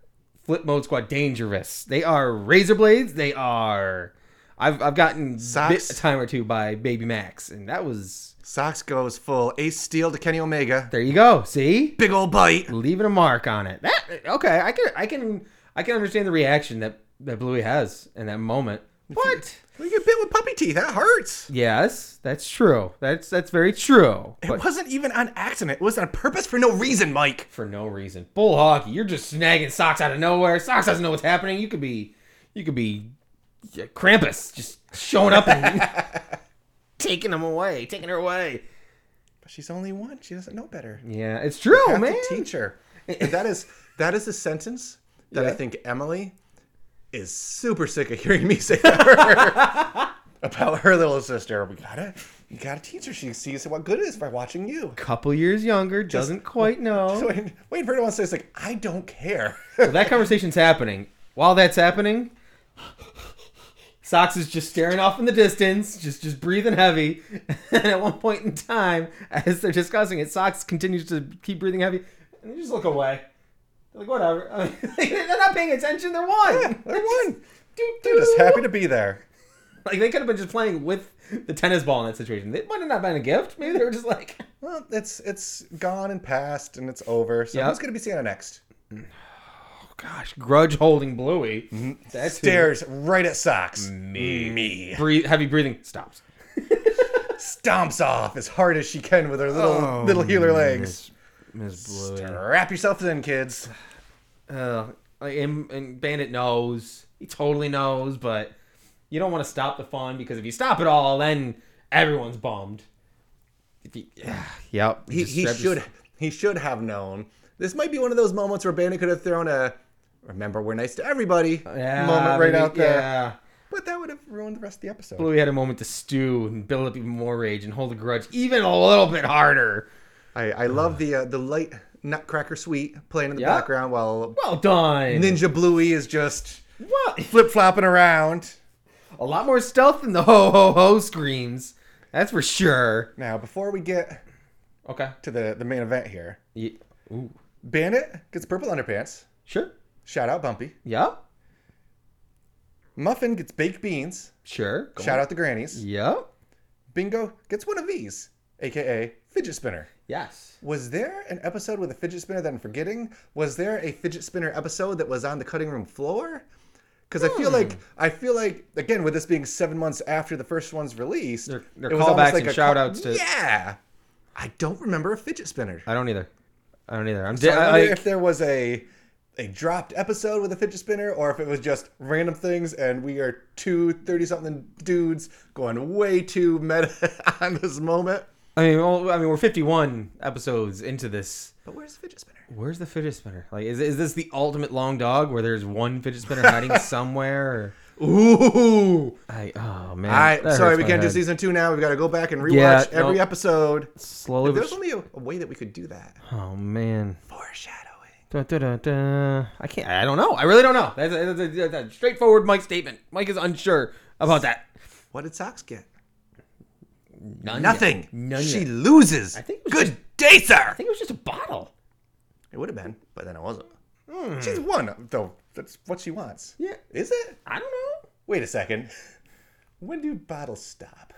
Speaker 4: flip mode squad dangerous. They are razor blades. They are. I've I've gotten bit
Speaker 3: Socks.
Speaker 4: a time or two by Baby Max, and that was
Speaker 3: Socks goes full ace steel to Kenny Omega.
Speaker 4: there. You go. See,
Speaker 3: Big old bite.
Speaker 4: leaving a mark on it. That okay, I can I can I can understand the reaction that that Bluey has in that moment. What?
Speaker 3: We get bit with puppy teeth. That hurts.
Speaker 4: Yes, that's true. That's that's very true.
Speaker 3: It
Speaker 4: But
Speaker 3: wasn't even on accident. It was on purpose for no reason, Mike.
Speaker 4: for no reason, bull hockey. You're just snagging socks out of nowhere. Socks doesn't know what's happening. You could be, you could be, yeah,
Speaker 5: [laughs]
Speaker 4: Krampus just showing up and taking them away, taking her away.
Speaker 5: But she's only one. She doesn't know better.
Speaker 4: Yeah, it's true,
Speaker 5: Have
Speaker 4: man.
Speaker 5: to teach her.
Speaker 3: And [laughs] that is that is a sentence that I
Speaker 4: Yeah.
Speaker 3: think Emily is super sick of hearing me say that. [laughs]
Speaker 5: About her little sister. We gotta, you gotta teach her. She sees what good it is by watching you.
Speaker 4: Couple years younger, doesn't quite know.
Speaker 5: [laughs] So wait, wait for her to want to say, it's like, I don't
Speaker 3: [laughs]
Speaker 5: care.
Speaker 4: Well, that conversation's happening. While that's happening, Socks is just staring off in the distance, just just breathing heavy. [laughs] And at one point in time, as they're discussing it, Socks continues to keep breathing heavy, and they just look away. They're like, whatever. [laughs] I mean, they're not paying attention. They're one.
Speaker 5: They're one.
Speaker 4: Doo,
Speaker 5: They're just
Speaker 4: doo.
Speaker 5: happy to be there.
Speaker 4: Like they could have been just playing with the tennis ball in that situation. They might have not been a gift. Maybe they were just like,
Speaker 5: Well, it's it's gone and past and it's over. So
Speaker 4: Yep.
Speaker 5: who's gonna be Santa next?
Speaker 4: oh gosh, grudge holding Bluey. Mm-hmm. That's who-
Speaker 5: Stares right at socks. Me. Me.
Speaker 4: Breathe, heavy breathing stops.
Speaker 5: Stomps off as hard as she can with her little
Speaker 4: Oh,
Speaker 5: little healer legs.
Speaker 4: Miss Bluey.
Speaker 5: Wrap yourself in, kids.
Speaker 4: Uh, like, and, and Bandit knows. He totally knows, but you don't want to stop the fun because if you stop it all, then everyone's bummed. If you, yeah, yep.
Speaker 3: he
Speaker 4: Just
Speaker 3: he
Speaker 4: grab your-
Speaker 3: should he should have known. This might be one of those moments where Bandit could have thrown a remember we're nice to everybody
Speaker 4: yeah,
Speaker 3: moment right
Speaker 4: maybe-
Speaker 3: out there.
Speaker 4: Yeah.
Speaker 5: But that would have ruined the rest of the episode.
Speaker 4: Bluey had a moment to stew and build up even more rage and hold a grudge even a little bit harder.
Speaker 3: I, I love the uh, the light nutcracker suite playing in the
Speaker 4: Yeah.
Speaker 3: background while
Speaker 4: Well done.
Speaker 3: Ninja Bluey is just
Speaker 4: what?
Speaker 3: flip flopping around.
Speaker 4: A lot more stealth than the ho ho ho screams. That's for sure.
Speaker 5: Now, before we get
Speaker 4: Okay.
Speaker 5: to the, the main event here,
Speaker 4: Ye- Ooh.
Speaker 5: Bandit gets purple underpants.
Speaker 4: Sure.
Speaker 5: Shout out Bumpy.
Speaker 4: Yep.
Speaker 5: Muffin gets baked beans.
Speaker 4: Sure. Go
Speaker 5: Shout
Speaker 4: on.
Speaker 5: out the grannies.
Speaker 4: Yep.
Speaker 5: Bingo gets one of these, aka fidget spinner.
Speaker 4: Yes.
Speaker 5: Was there an episode with a fidget spinner that I'm forgetting?
Speaker 3: Was there a fidget spinner episode that was on the cutting room floor? Because I
Speaker 4: Hmm.
Speaker 3: feel like I feel like again with this being seven months after the first one's released,
Speaker 4: They're, they're
Speaker 3: it was almost
Speaker 4: callbacks
Speaker 3: like
Speaker 4: and
Speaker 3: a
Speaker 4: shout
Speaker 3: call-
Speaker 4: outs to.
Speaker 3: yeah. I don't remember a fidget spinner.
Speaker 4: I don't either. I don't either. I'm
Speaker 5: So I wonder
Speaker 4: di- I,
Speaker 5: if there was a a dropped episode with a fidget spinner, or if it was just random things, and we are two 30 something dudes going way too meta [laughs] on this moment.
Speaker 4: I mean, well, I mean, we're 51 episodes into this.
Speaker 3: But where's the fidget spinner?
Speaker 4: Where's the fidget spinner? Like, is, is this the ultimate long dog where there's one fidget spinner
Speaker 3: [laughs]
Speaker 4: hiding somewhere?
Speaker 3: Ooh!
Speaker 4: Or, I oh man.
Speaker 3: All right,
Speaker 4: that
Speaker 3: sorry,
Speaker 4: hurts
Speaker 3: we
Speaker 4: my
Speaker 3: can't do
Speaker 4: head.
Speaker 3: season two now. We've got to go back and rewatch
Speaker 4: Yeah,
Speaker 3: every
Speaker 4: nope.
Speaker 3: episode.
Speaker 4: slowly. But,
Speaker 3: There's only a, a way that we could do that.
Speaker 4: oh man.
Speaker 3: Foreshadowing.
Speaker 4: Da, da, da, da. I can't. I don't know. I really don't know. That's a, that's a, that's a straightforward Mike statement. Mike is unsure about that.
Speaker 3: What did Socks get?
Speaker 4: None
Speaker 3: Nothing.
Speaker 4: Yet. None
Speaker 3: she
Speaker 4: yet.
Speaker 3: loses.
Speaker 4: I think it was
Speaker 3: Good day, sir.
Speaker 4: I think it was just a bottle.
Speaker 3: It would have been, but then it wasn't.
Speaker 5: She's one, though. That's what she wants.
Speaker 4: Hmm. Yeah.
Speaker 5: Is it?
Speaker 4: I don't know.
Speaker 5: Wait a second. When do bottles stop?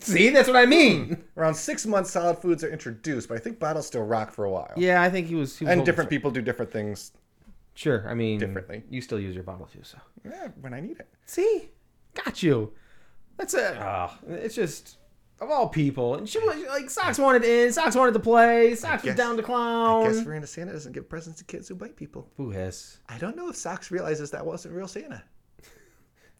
Speaker 4: See, that's what I mean.
Speaker 3: Hmm.
Speaker 5: Around six months, solid foods are introduced, but I think bottles still rock for a while.
Speaker 4: Yeah, I think he was. He was
Speaker 5: And
Speaker 4: holding
Speaker 5: different
Speaker 4: straight.
Speaker 5: people do different things
Speaker 4: Sure, I mean,
Speaker 5: Differently.
Speaker 4: You still use your bottle too, so.
Speaker 5: yeah, eh, when I need it.
Speaker 4: See, got you. That's it.
Speaker 5: Ah.
Speaker 4: it's just of all people, and she was like, Socks wanted in, Socks wanted to play, Socks was
Speaker 3: guess-
Speaker 4: down to
Speaker 3: Guess
Speaker 4: clown.
Speaker 3: Verena Santa doesn't give presents to kids who bite people.
Speaker 4: Who hiss?
Speaker 3: I don't know if Socks realizes that wasn't real Santa.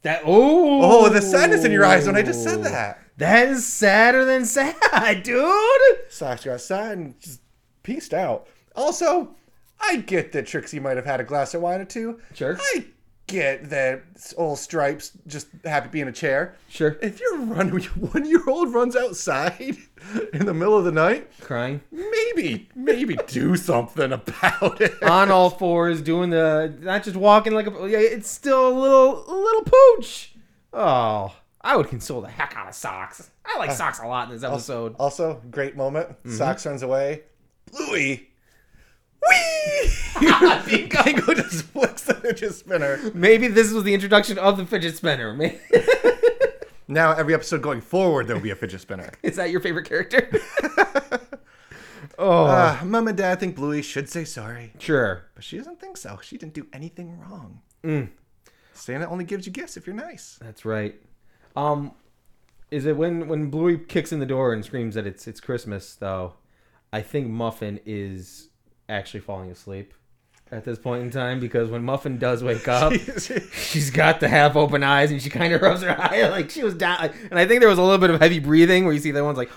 Speaker 4: That oh
Speaker 5: Oh, the sadness in your eyes when I just said that.
Speaker 4: That is sadder than [laughs] sad, dude.
Speaker 5: Socks got sad and just pieced out. Also, I get that Trixie might have had a glass of wine or two.
Speaker 4: Sure.
Speaker 5: I get that old Stripes just happy to be in a chair.
Speaker 4: Sure,
Speaker 3: If your run, [laughs] one year old runs outside [laughs] in the middle of the night,
Speaker 4: crying
Speaker 3: maybe, maybe do [laughs] something about it.
Speaker 4: on all fours, doing the not just walking like a. yeah, It's still a little, a little pooch. Oh, I would console the heck out of Socks. I
Speaker 5: Uh,
Speaker 4: like Socks a lot in this episode.
Speaker 5: Also, great moment.
Speaker 4: Mm-hmm.
Speaker 5: Socks runs away. Bluey.
Speaker 3: [laughs]
Speaker 5: Whee! Bingo just flicks the fidget spinner.
Speaker 4: Maybe this was the introduction of the fidget spinner. [laughs] May-
Speaker 5: Now, every episode going forward, there will be a fidget spinner.
Speaker 4: Is that your favorite character? [laughs] oh,
Speaker 3: Uh, Mom and Dad think Bluey should say sorry,
Speaker 4: [laughs] sure.
Speaker 3: but she doesn't think so. She didn't do anything wrong.
Speaker 4: Mm.
Speaker 3: Santa only gives you gifts if you're nice. [laughs]
Speaker 4: That's right. Um, is it when when Bluey kicks in the door and screams that it's it's Christmas though? I think Muffin is actually falling asleep at this point in time because when Muffin does wake up, [laughs] she's got the half open eyes [laughs] and she kind of rubs her eye like [laughs] she was down. And I think there was a little bit of heavy breathing where you see that one's like.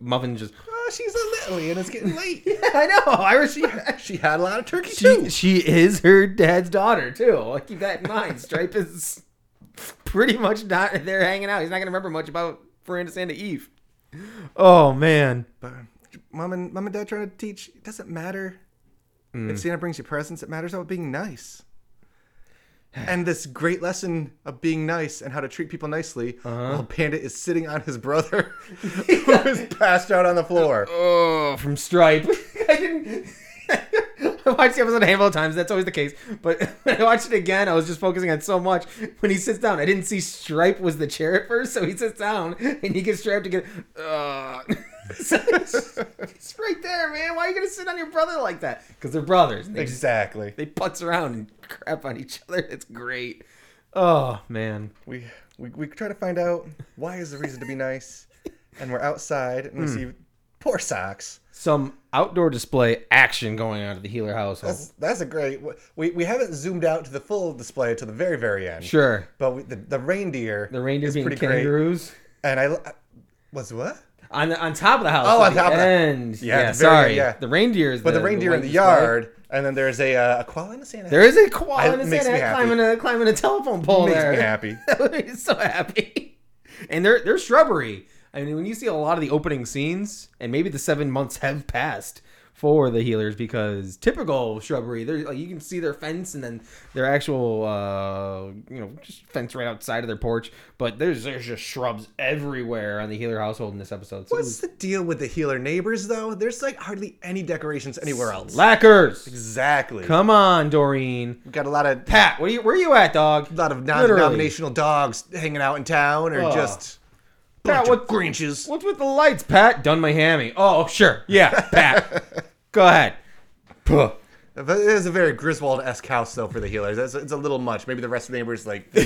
Speaker 4: Muffin
Speaker 3: [laughs]
Speaker 4: just. [laughs]
Speaker 3: Oh, she's a little and it's getting late. [laughs]
Speaker 4: I know. I was. She,
Speaker 3: She had a lot of turkey
Speaker 4: she,
Speaker 3: too.
Speaker 4: she is her dad's daughter too. Like, keep that in mind. Stripe is pretty much not there hanging out. He's not gonna remember much about Miranda Santa Eve. Oh man.
Speaker 6: But mom and mom and dad trying to teach. It doesn't matter.
Speaker 4: Mm.
Speaker 6: If Santa brings you presents, it matters about being nice.
Speaker 4: [sighs]
Speaker 7: And this great lesson of being nice and how to treat people nicely
Speaker 4: Uh-huh.
Speaker 7: while Bandit is sitting on his brother
Speaker 4: [laughs]
Speaker 3: [laughs]
Speaker 7: who is passed out on the floor.
Speaker 4: Oh, from Stripe. [laughs] I didn't. I watched the episode a handful of times. That's always the case. But [laughs] when I watched it again, I was just focusing on so much. When he sits down, I didn't see Stripe was the chair at first, so he sits down and he gets Stripe to get. Uh, [laughs] so it's, it's right there, man. Why are you gonna sit on your brother like that? Because they're brothers. and They,
Speaker 3: Exactly.
Speaker 4: they putz around and crap on each other. It's great. Oh man.
Speaker 7: We, we we try to find out why is the reason to be nice, and we're outside and we
Speaker 4: Hmm.
Speaker 7: see poor socks.
Speaker 4: Some outdoor display action going on at the Healer household.
Speaker 3: That's, that's a great. We, we haven't zoomed out to the full display to the very very end.
Speaker 4: sure.
Speaker 3: But we, the, the reindeer.
Speaker 4: The reindeer
Speaker 3: is
Speaker 4: being
Speaker 3: pretty great.
Speaker 4: kangaroos.
Speaker 3: And I, I was what?
Speaker 4: On the, on top of the house.
Speaker 3: Oh,
Speaker 4: at
Speaker 3: on top of the- Yeah,
Speaker 4: end. Yeah,
Speaker 3: at the very
Speaker 4: sorry.
Speaker 3: end, yeah.
Speaker 4: The reindeer is
Speaker 3: But the, reindeer in the
Speaker 4: white display.
Speaker 3: yard, and then there's a uh, a koala in the sand.
Speaker 4: There is a koala in
Speaker 3: I-
Speaker 4: the
Speaker 3: makes me
Speaker 4: Santa hat
Speaker 3: happy.
Speaker 4: climbing a climbing a telephone pole
Speaker 3: makes
Speaker 4: there.
Speaker 3: me happy.
Speaker 4: [laughs] That would be so happy. And they're they're shrubbery. I mean, when you see a lot of the opening scenes, and maybe the seven months have passed for the healers because typical shrubbery, they're like you can see their fence and then their actual uh you know just fence right outside of their porch. But there's there's just shrubs everywhere on the healer household in this episode. So it
Speaker 3: What's the deal with the healer neighbors though? There's like hardly any decorations anywhere else.
Speaker 4: Lackers.
Speaker 3: Exactly.
Speaker 4: Come on, Doreen.
Speaker 3: We've got a lot of
Speaker 4: Pat, what are you, where are you at, dog?
Speaker 3: a lot of
Speaker 4: Literally.
Speaker 3: non-denominational dogs hanging out in town, or
Speaker 4: Ugh.
Speaker 3: just
Speaker 4: Pat,
Speaker 3: bunch of
Speaker 4: what,
Speaker 3: Grinches.
Speaker 4: what's with the lights, Pat? Done my hammy. Oh, sure. Yeah,
Speaker 3: [laughs]
Speaker 4: Pat. Go ahead. Puh.
Speaker 3: But It is a very Griswold-esque house, though, for the healers. It's, it's a little much. Maybe the rest of the neighbors like [laughs] we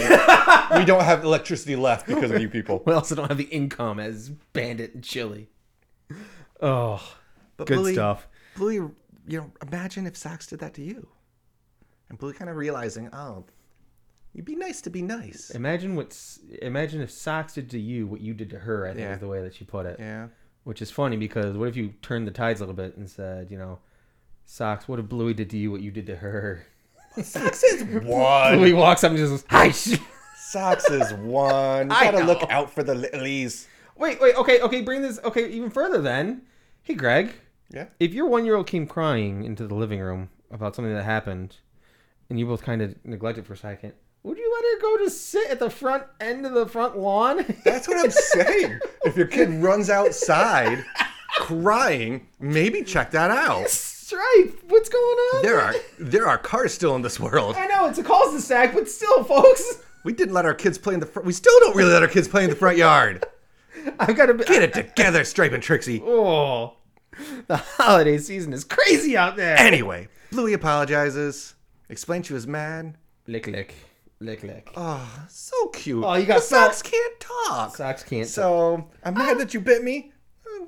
Speaker 3: don't have electricity left because of you people.
Speaker 4: We also don't have the income as Bandit and Chili. Oh, good
Speaker 7: Billy-
Speaker 4: stuff.
Speaker 7: Bluey, you know, imagine if Socks did that to you. And Bluey kind of realizing, oh, it'd be nice to be nice.
Speaker 4: Imagine what's imagine if Socks did to you what you did to her. I think is the way that she put it.
Speaker 7: Yeah.
Speaker 4: Which is funny because what if you turned the tides a little bit and said, you know, Socks, what if Bluey did to you what you did to her?
Speaker 3: Socks is one.
Speaker 4: Bluey walks up [laughs] and just goes, "Hi." [laughs] sh-"
Speaker 3: Socks is one. You
Speaker 4: I
Speaker 3: gotta look
Speaker 4: know.
Speaker 3: out for the littlies.
Speaker 4: Wait, wait, okay, okay, bring this okay even further then. Hey Greg.
Speaker 3: Yeah?
Speaker 4: If your one year old came crying into the living room about something that happened and you both kinda neglected for a second, would you let her go to sit at the front end of the front lawn? [laughs]
Speaker 3: That's what I'm saying. if your kid runs outside crying, maybe check that out.
Speaker 4: Stripe, what's going on?
Speaker 3: There are there are cars still in this world.
Speaker 4: I know it's a cul de sac, but still, folks. [laughs]
Speaker 3: We didn't let our kids play in the front. We still don't really let our kids play in the front yard.
Speaker 4: I've gotta be
Speaker 3: Get it together, Stripe and Trixie.
Speaker 4: Oh. The holiday season is crazy out there.
Speaker 3: Anyway,
Speaker 7: Bluey apologizes, explains she was mad.
Speaker 4: lick lick. Lick lick.
Speaker 3: Oh, so cute.
Speaker 4: Oh, you got
Speaker 3: the socks
Speaker 4: socks.
Speaker 3: can't talk.
Speaker 4: Socks can't
Speaker 3: So I'm mad that you bit me.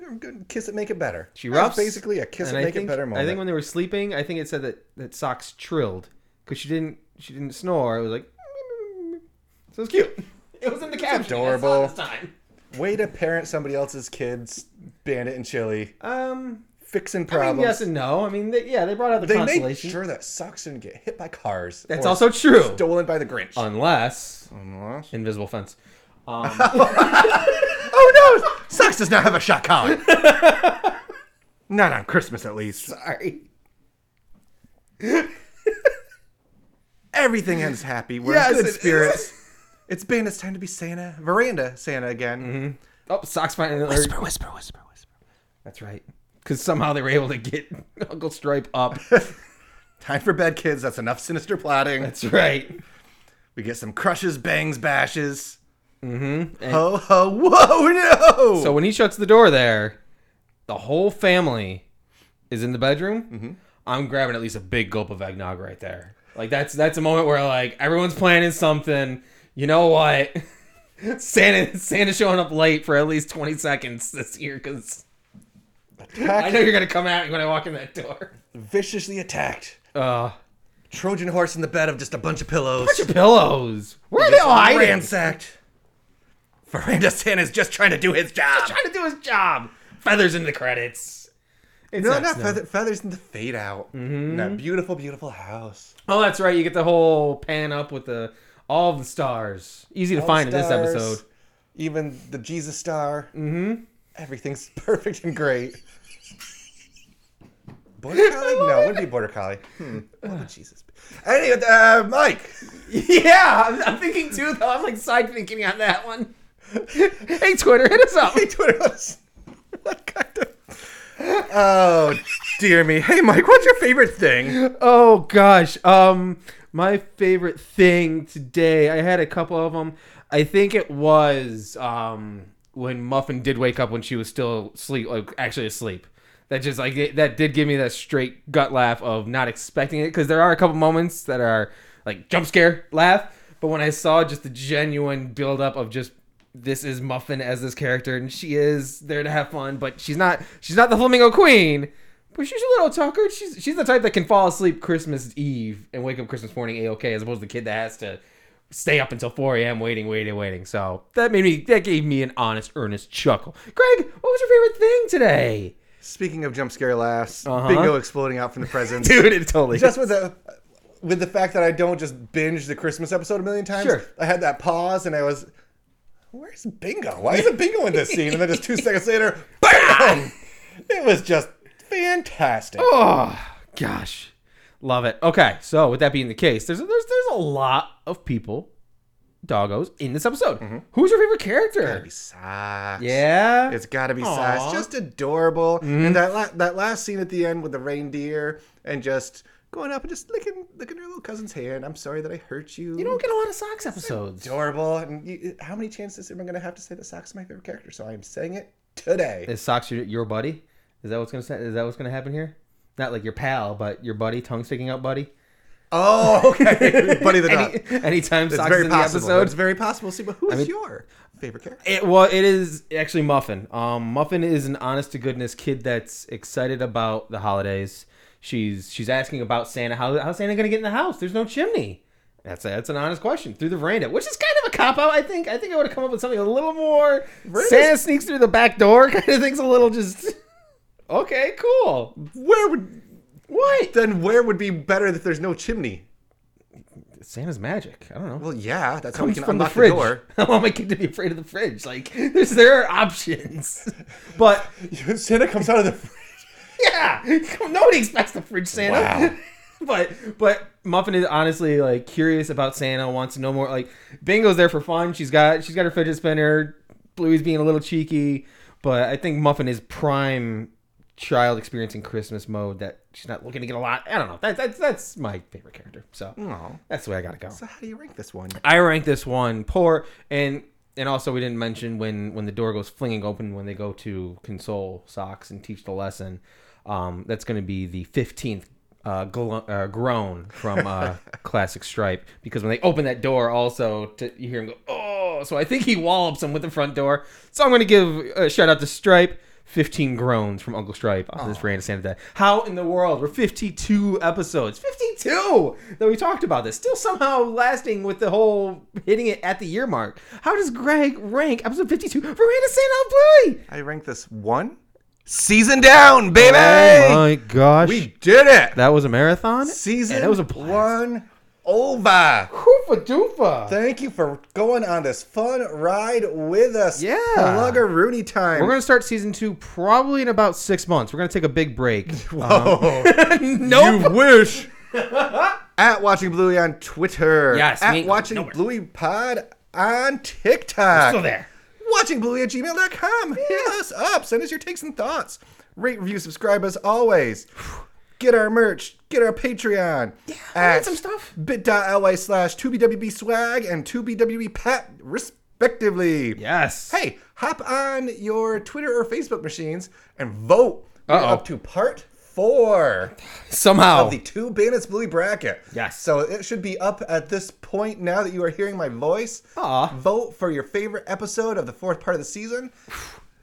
Speaker 3: I'm gonna kiss it, make it better.
Speaker 4: She
Speaker 3: That's
Speaker 4: roughs,
Speaker 3: basically a kiss
Speaker 4: and
Speaker 3: it,
Speaker 4: I
Speaker 3: make
Speaker 4: think,
Speaker 3: it better moment.
Speaker 4: I think when they were sleeping, I think it said that that socks trilled because she didn't she didn't snore. It was like [laughs] so it's cute. [laughs] It was in the caption.
Speaker 3: adorable.
Speaker 4: I saw it this time.
Speaker 3: Way to parent somebody else's kids, Bandit and Chili,
Speaker 4: Um,
Speaker 3: fixing
Speaker 4: I mean,
Speaker 3: problems.
Speaker 4: yes and no. I mean, they, yeah, they brought out the
Speaker 3: they made
Speaker 4: constellation.
Speaker 3: sure that socks didn't get hit by cars.
Speaker 4: That's
Speaker 3: or
Speaker 4: also true,
Speaker 3: stolen by the Grinch.
Speaker 4: unless invisible fence. Um,
Speaker 3: oh no! Socks does not have a shot [laughs] collar.
Speaker 7: Not on Christmas, at least.
Speaker 4: sorry.
Speaker 7: Everything ends happy. We're
Speaker 4: Yes,
Speaker 7: in
Speaker 4: it
Speaker 7: good
Speaker 4: is.
Speaker 7: spirits. It's been, it's time to be Santa. Veranda Santa again.
Speaker 4: [laughs] Oh, socks finally.
Speaker 7: Whisper, whisper, whisper, whisper.
Speaker 4: That's right. Because somehow they were able to get [laughs] Uncle Stripe
Speaker 3: [laughs]
Speaker 4: up.
Speaker 7: Time for bed, kids. That's enough sinister plotting.
Speaker 4: That's right.
Speaker 7: We get some crushes, bangs, bashes. Mm-hmm.
Speaker 4: And-
Speaker 7: Ho, ho, whoa, no!
Speaker 4: So when he shuts the door there, the whole family is in the bedroom. I'm grabbing at least a big gulp of eggnog right there. Like that's that's a moment where like everyone's planning something. You know what? [laughs] Santa Santa showing up late for at least 20 seconds this year because I know you're gonna come at me when I walk in that door.
Speaker 3: Viciously attacked.
Speaker 4: Uh,
Speaker 3: Trojan horse in the bed of just a bunch of pillows.
Speaker 4: pillows. Where are they all hiding?
Speaker 3: ransacked. Veranda Santa's just trying to do his job.
Speaker 4: Trying to do his job. feathers into the credits. It's
Speaker 3: No,
Speaker 4: not
Speaker 3: not
Speaker 4: snow.
Speaker 3: feather, feathers in the fade out. In That beautiful, beautiful house.
Speaker 4: Oh, that's right. You get the whole pan up with the all of the stars. Easy to find in
Speaker 3: Stars,
Speaker 4: this episode.
Speaker 3: Even the Jesus star. Mm-hmm. Everything's [laughs] perfect and great.
Speaker 4: [laughs]
Speaker 3: Border collie? No, it wouldn't be border collie. Hmm. What would Jesus be? Anyway, uh, Mike.
Speaker 4: [laughs]
Speaker 3: [laughs]
Speaker 4: Yeah, I'm, I'm thinking too though. I'm like side thinking on that one. [laughs] hey Twitter, hit us up.
Speaker 3: Hey, Twitter. let us- What kind of?
Speaker 8: Oh, dear me. Hey, Mike, what's your favorite
Speaker 4: [laughs]
Speaker 8: thing?
Speaker 4: Oh gosh. Um my favorite thing today, I had a couple of them. I think it was um when Muffin did wake up when she was still asleep, like actually asleep. That just like it, that did give me that straight gut laugh of not expecting it cuz there are a couple moments that are like jump scare laugh, but when I saw just the genuine build up of just this is Muffin as this character and she is there to have fun, but she's not she's not the flamingo queen. But she's a little tucker. She's she's the type that can fall asleep Christmas Eve and wake up Christmas morning a okay, as opposed to the kid that has to stay up until 4 a.m. waiting, waiting, waiting. So that made me that gave me an honest, earnest chuckle. Greg, what was your favorite thing today?
Speaker 8: Speaking of jump scare laughs,
Speaker 4: Uh-huh.
Speaker 8: bingo exploding out from the presents.
Speaker 4: Dude, it totally
Speaker 3: Just with the with the fact that I don't just binge the Christmas episode a million times.
Speaker 4: Sure.
Speaker 3: I had that pause and I was, where's Bingo? Why isn't Bingo in this scene? And then
Speaker 4: [laughs]
Speaker 3: just two seconds later, bam! It was just fantastic.
Speaker 4: Oh gosh, love it. Okay, so with that being the case, there's there's there's a lot of people, doggos, in this episode. Who's your favorite character?
Speaker 3: Mm-hmm. Socks.
Speaker 4: Yeah,
Speaker 3: It's gotta be
Speaker 4: Aw. Mm-hmm.
Speaker 3: Socks. Just adorable. And that la- that last scene at the end with the reindeer and just going up and just licking licking her little cousin's hand. I'm sorry that I hurt you.
Speaker 4: you don't get a lot of socks episodes.
Speaker 3: adorable. And you, how many chances am I gonna have to say that Socks is my favorite character? So I'm saying it today.
Speaker 4: Is socks your, your buddy? Is that what's gonna sa- is that what's gonna happen here? Not like your pal, but your buddy, tongue sticking out buddy. [laughs]
Speaker 3: Oh, okay. [laughs] Buddy the Duck.
Speaker 4: Any, anytime
Speaker 3: It's
Speaker 4: socks is
Speaker 3: very
Speaker 4: in
Speaker 3: possible.
Speaker 4: the
Speaker 3: It's
Speaker 4: episode.
Speaker 3: very possible. See, but who's
Speaker 4: mean-
Speaker 3: your favorite character?
Speaker 4: It well, it is actually Muffin. Um, Muffin is an honest to goodness kid that's excited about the holidays. She's she's asking about Santa. How how's Santa gonna get in the house? There's no chimney. That's a, that's an honest question through the veranda, which is kind of a cop out. I think I think I would have come up with something a little more. Santa sneaks through the back door. [laughs] Kind of thing's a little just. okay, cool.
Speaker 3: Where would
Speaker 4: What?
Speaker 3: then? Where would be better if there's no chimney?
Speaker 4: Santa's magic. I don't know.
Speaker 3: Well, yeah, that's how we
Speaker 4: comes
Speaker 3: can
Speaker 4: from the
Speaker 3: unlock the,
Speaker 4: fridge.
Speaker 3: door.
Speaker 4: [laughs] I want my kid to be afraid of the fridge. Like, [laughs] there's there are
Speaker 3: [laughs]
Speaker 4: options, but [laughs]
Speaker 3: Santa comes out of the [laughs] fridge.
Speaker 4: yeah, [laughs] nobody expects the fridge Santa. [laughs] but but Muffin is honestly like curious about Santa, wants to know more. Like, Bingo's there for fun. She's got she's got her fidget spinner. Bluey's being a little cheeky, but I think Muffin is prime child experiencing Christmas mode. That she's not looking to get a lot. I don't know. That, that's that's my favorite character. So
Speaker 3: Hmm.
Speaker 4: that's the way I gotta go.
Speaker 3: Oh. So how do you rank this one?
Speaker 4: I rank this one poor, and and also we didn't mention when when the door goes flinging open when they go to console socks and teach the lesson. Um, that's going to be the fifteenth uh, glo- uh, groan from uh, classic stripe because when they open that door, also to, you hear him go oh. So I think he wallops him with the front door. So I'm going to give a shout out to Stripe. 15 groans from Uncle Stripe on this random Santa Day. How in the world? We're 52 episodes. 52 that we talked about this. Still somehow lasting with the whole hitting it at the year mark. How does Greg rank episode 52 for Random Santa Bluey?
Speaker 8: I rank this one season down, baby.
Speaker 4: Oh my gosh.
Speaker 8: we did it.
Speaker 4: that was a marathon?
Speaker 3: Season.
Speaker 4: And it was a blast.
Speaker 3: one over.
Speaker 4: Hoofa doofa.
Speaker 3: Thank you for going on this fun ride with us.
Speaker 4: Yeah.
Speaker 3: Rooney time.
Speaker 4: We're going to start season two probably in about six months. We're going to take a big break.
Speaker 3: [laughs]
Speaker 4: Um,
Speaker 3: Whoa. [laughs]
Speaker 4: [laughs] nope.
Speaker 3: wish. at watching Bluey on Twitter.
Speaker 4: Yes,
Speaker 3: At
Speaker 4: me-
Speaker 3: watching
Speaker 4: nowhere.
Speaker 3: Bluey Pod on TikTok.
Speaker 4: Still there.
Speaker 3: Watching Bluey at gmail.com. Hit us up. Send us your takes and thoughts. Rate, review, subscribe as always. [sighs] Get our merch. Get our Patreon. Yeah,
Speaker 4: get some stuff.
Speaker 3: Bit.ly slash 2BWB swag and 2BWB pat, respectively.
Speaker 4: Yes.
Speaker 3: Hey, hop on your Twitter or Facebook machines and vote. We're
Speaker 4: Uh-oh.
Speaker 3: up to part four
Speaker 4: Somehow.
Speaker 3: of the two bandits bluey bracket.
Speaker 4: Oh. Yes.
Speaker 3: So it should be up at this point now that you are hearing my voice.
Speaker 4: Aw.
Speaker 3: Vote for your favorite episode of the fourth part of the season.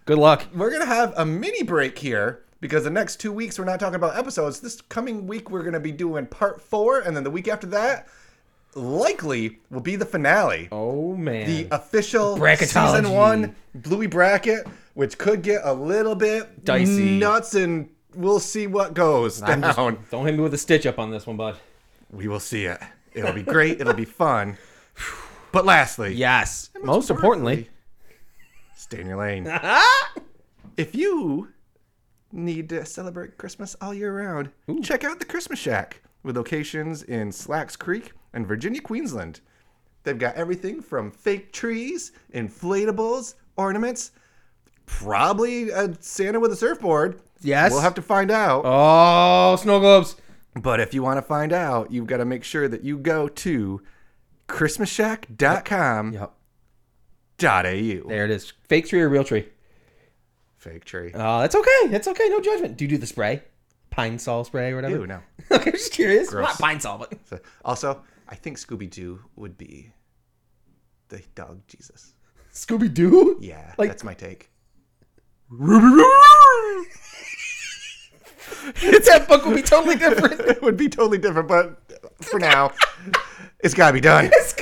Speaker 4: Good luck.
Speaker 3: We're gonna have a mini break here because the next two weeks we're not talking about episodes. This coming week we're gonna be doing part four, and then the week after that, likely will be the finale.
Speaker 4: Oh man.
Speaker 3: The official
Speaker 4: Bracketology.
Speaker 3: season one Bluey bracket, which could get a little bit
Speaker 4: Dicey.
Speaker 3: nuts, and we'll see what goes
Speaker 4: I'm
Speaker 3: down. [laughs]
Speaker 4: just- don't hit me with a stitch up on this one, bud.
Speaker 3: We will see it. It'll be great. It'll be fun. But lastly,
Speaker 4: Yes. Most importantly,
Speaker 3: stay in your
Speaker 4: [laughs]
Speaker 3: lane. if you need to celebrate Christmas all year round, check out the Christmas Shack with locations in Slacks Creek and Virginia, Queensland. They've got everything from fake trees, inflatables, ornaments, probably a Santa with a surfboard.
Speaker 4: Yes.
Speaker 3: We'll have to find out.
Speaker 4: oh, snow globes.
Speaker 3: But if you want to find out, you've got to make sure that you go to christmasshack.com.au.
Speaker 4: Yep. There it is. Fake tree or real tree?
Speaker 3: Fake tree.
Speaker 4: Oh, that's okay. That's okay. No judgment. Do you do the spray? Pine sol spray or whatever?
Speaker 3: Ooh, no.
Speaker 4: [laughs] okay, just curious. Not pine sol, but [laughs]
Speaker 3: So- also, I think Scooby Doo would be the dog Jesus.
Speaker 4: Scooby Doo?
Speaker 3: Yeah,
Speaker 4: Like-
Speaker 3: that's my take.
Speaker 4: [laughs]
Speaker 3: [laughs]
Speaker 4: that book [laughs] would be totally different.
Speaker 3: it would be totally different, but for now, it's got to be done.
Speaker 4: it's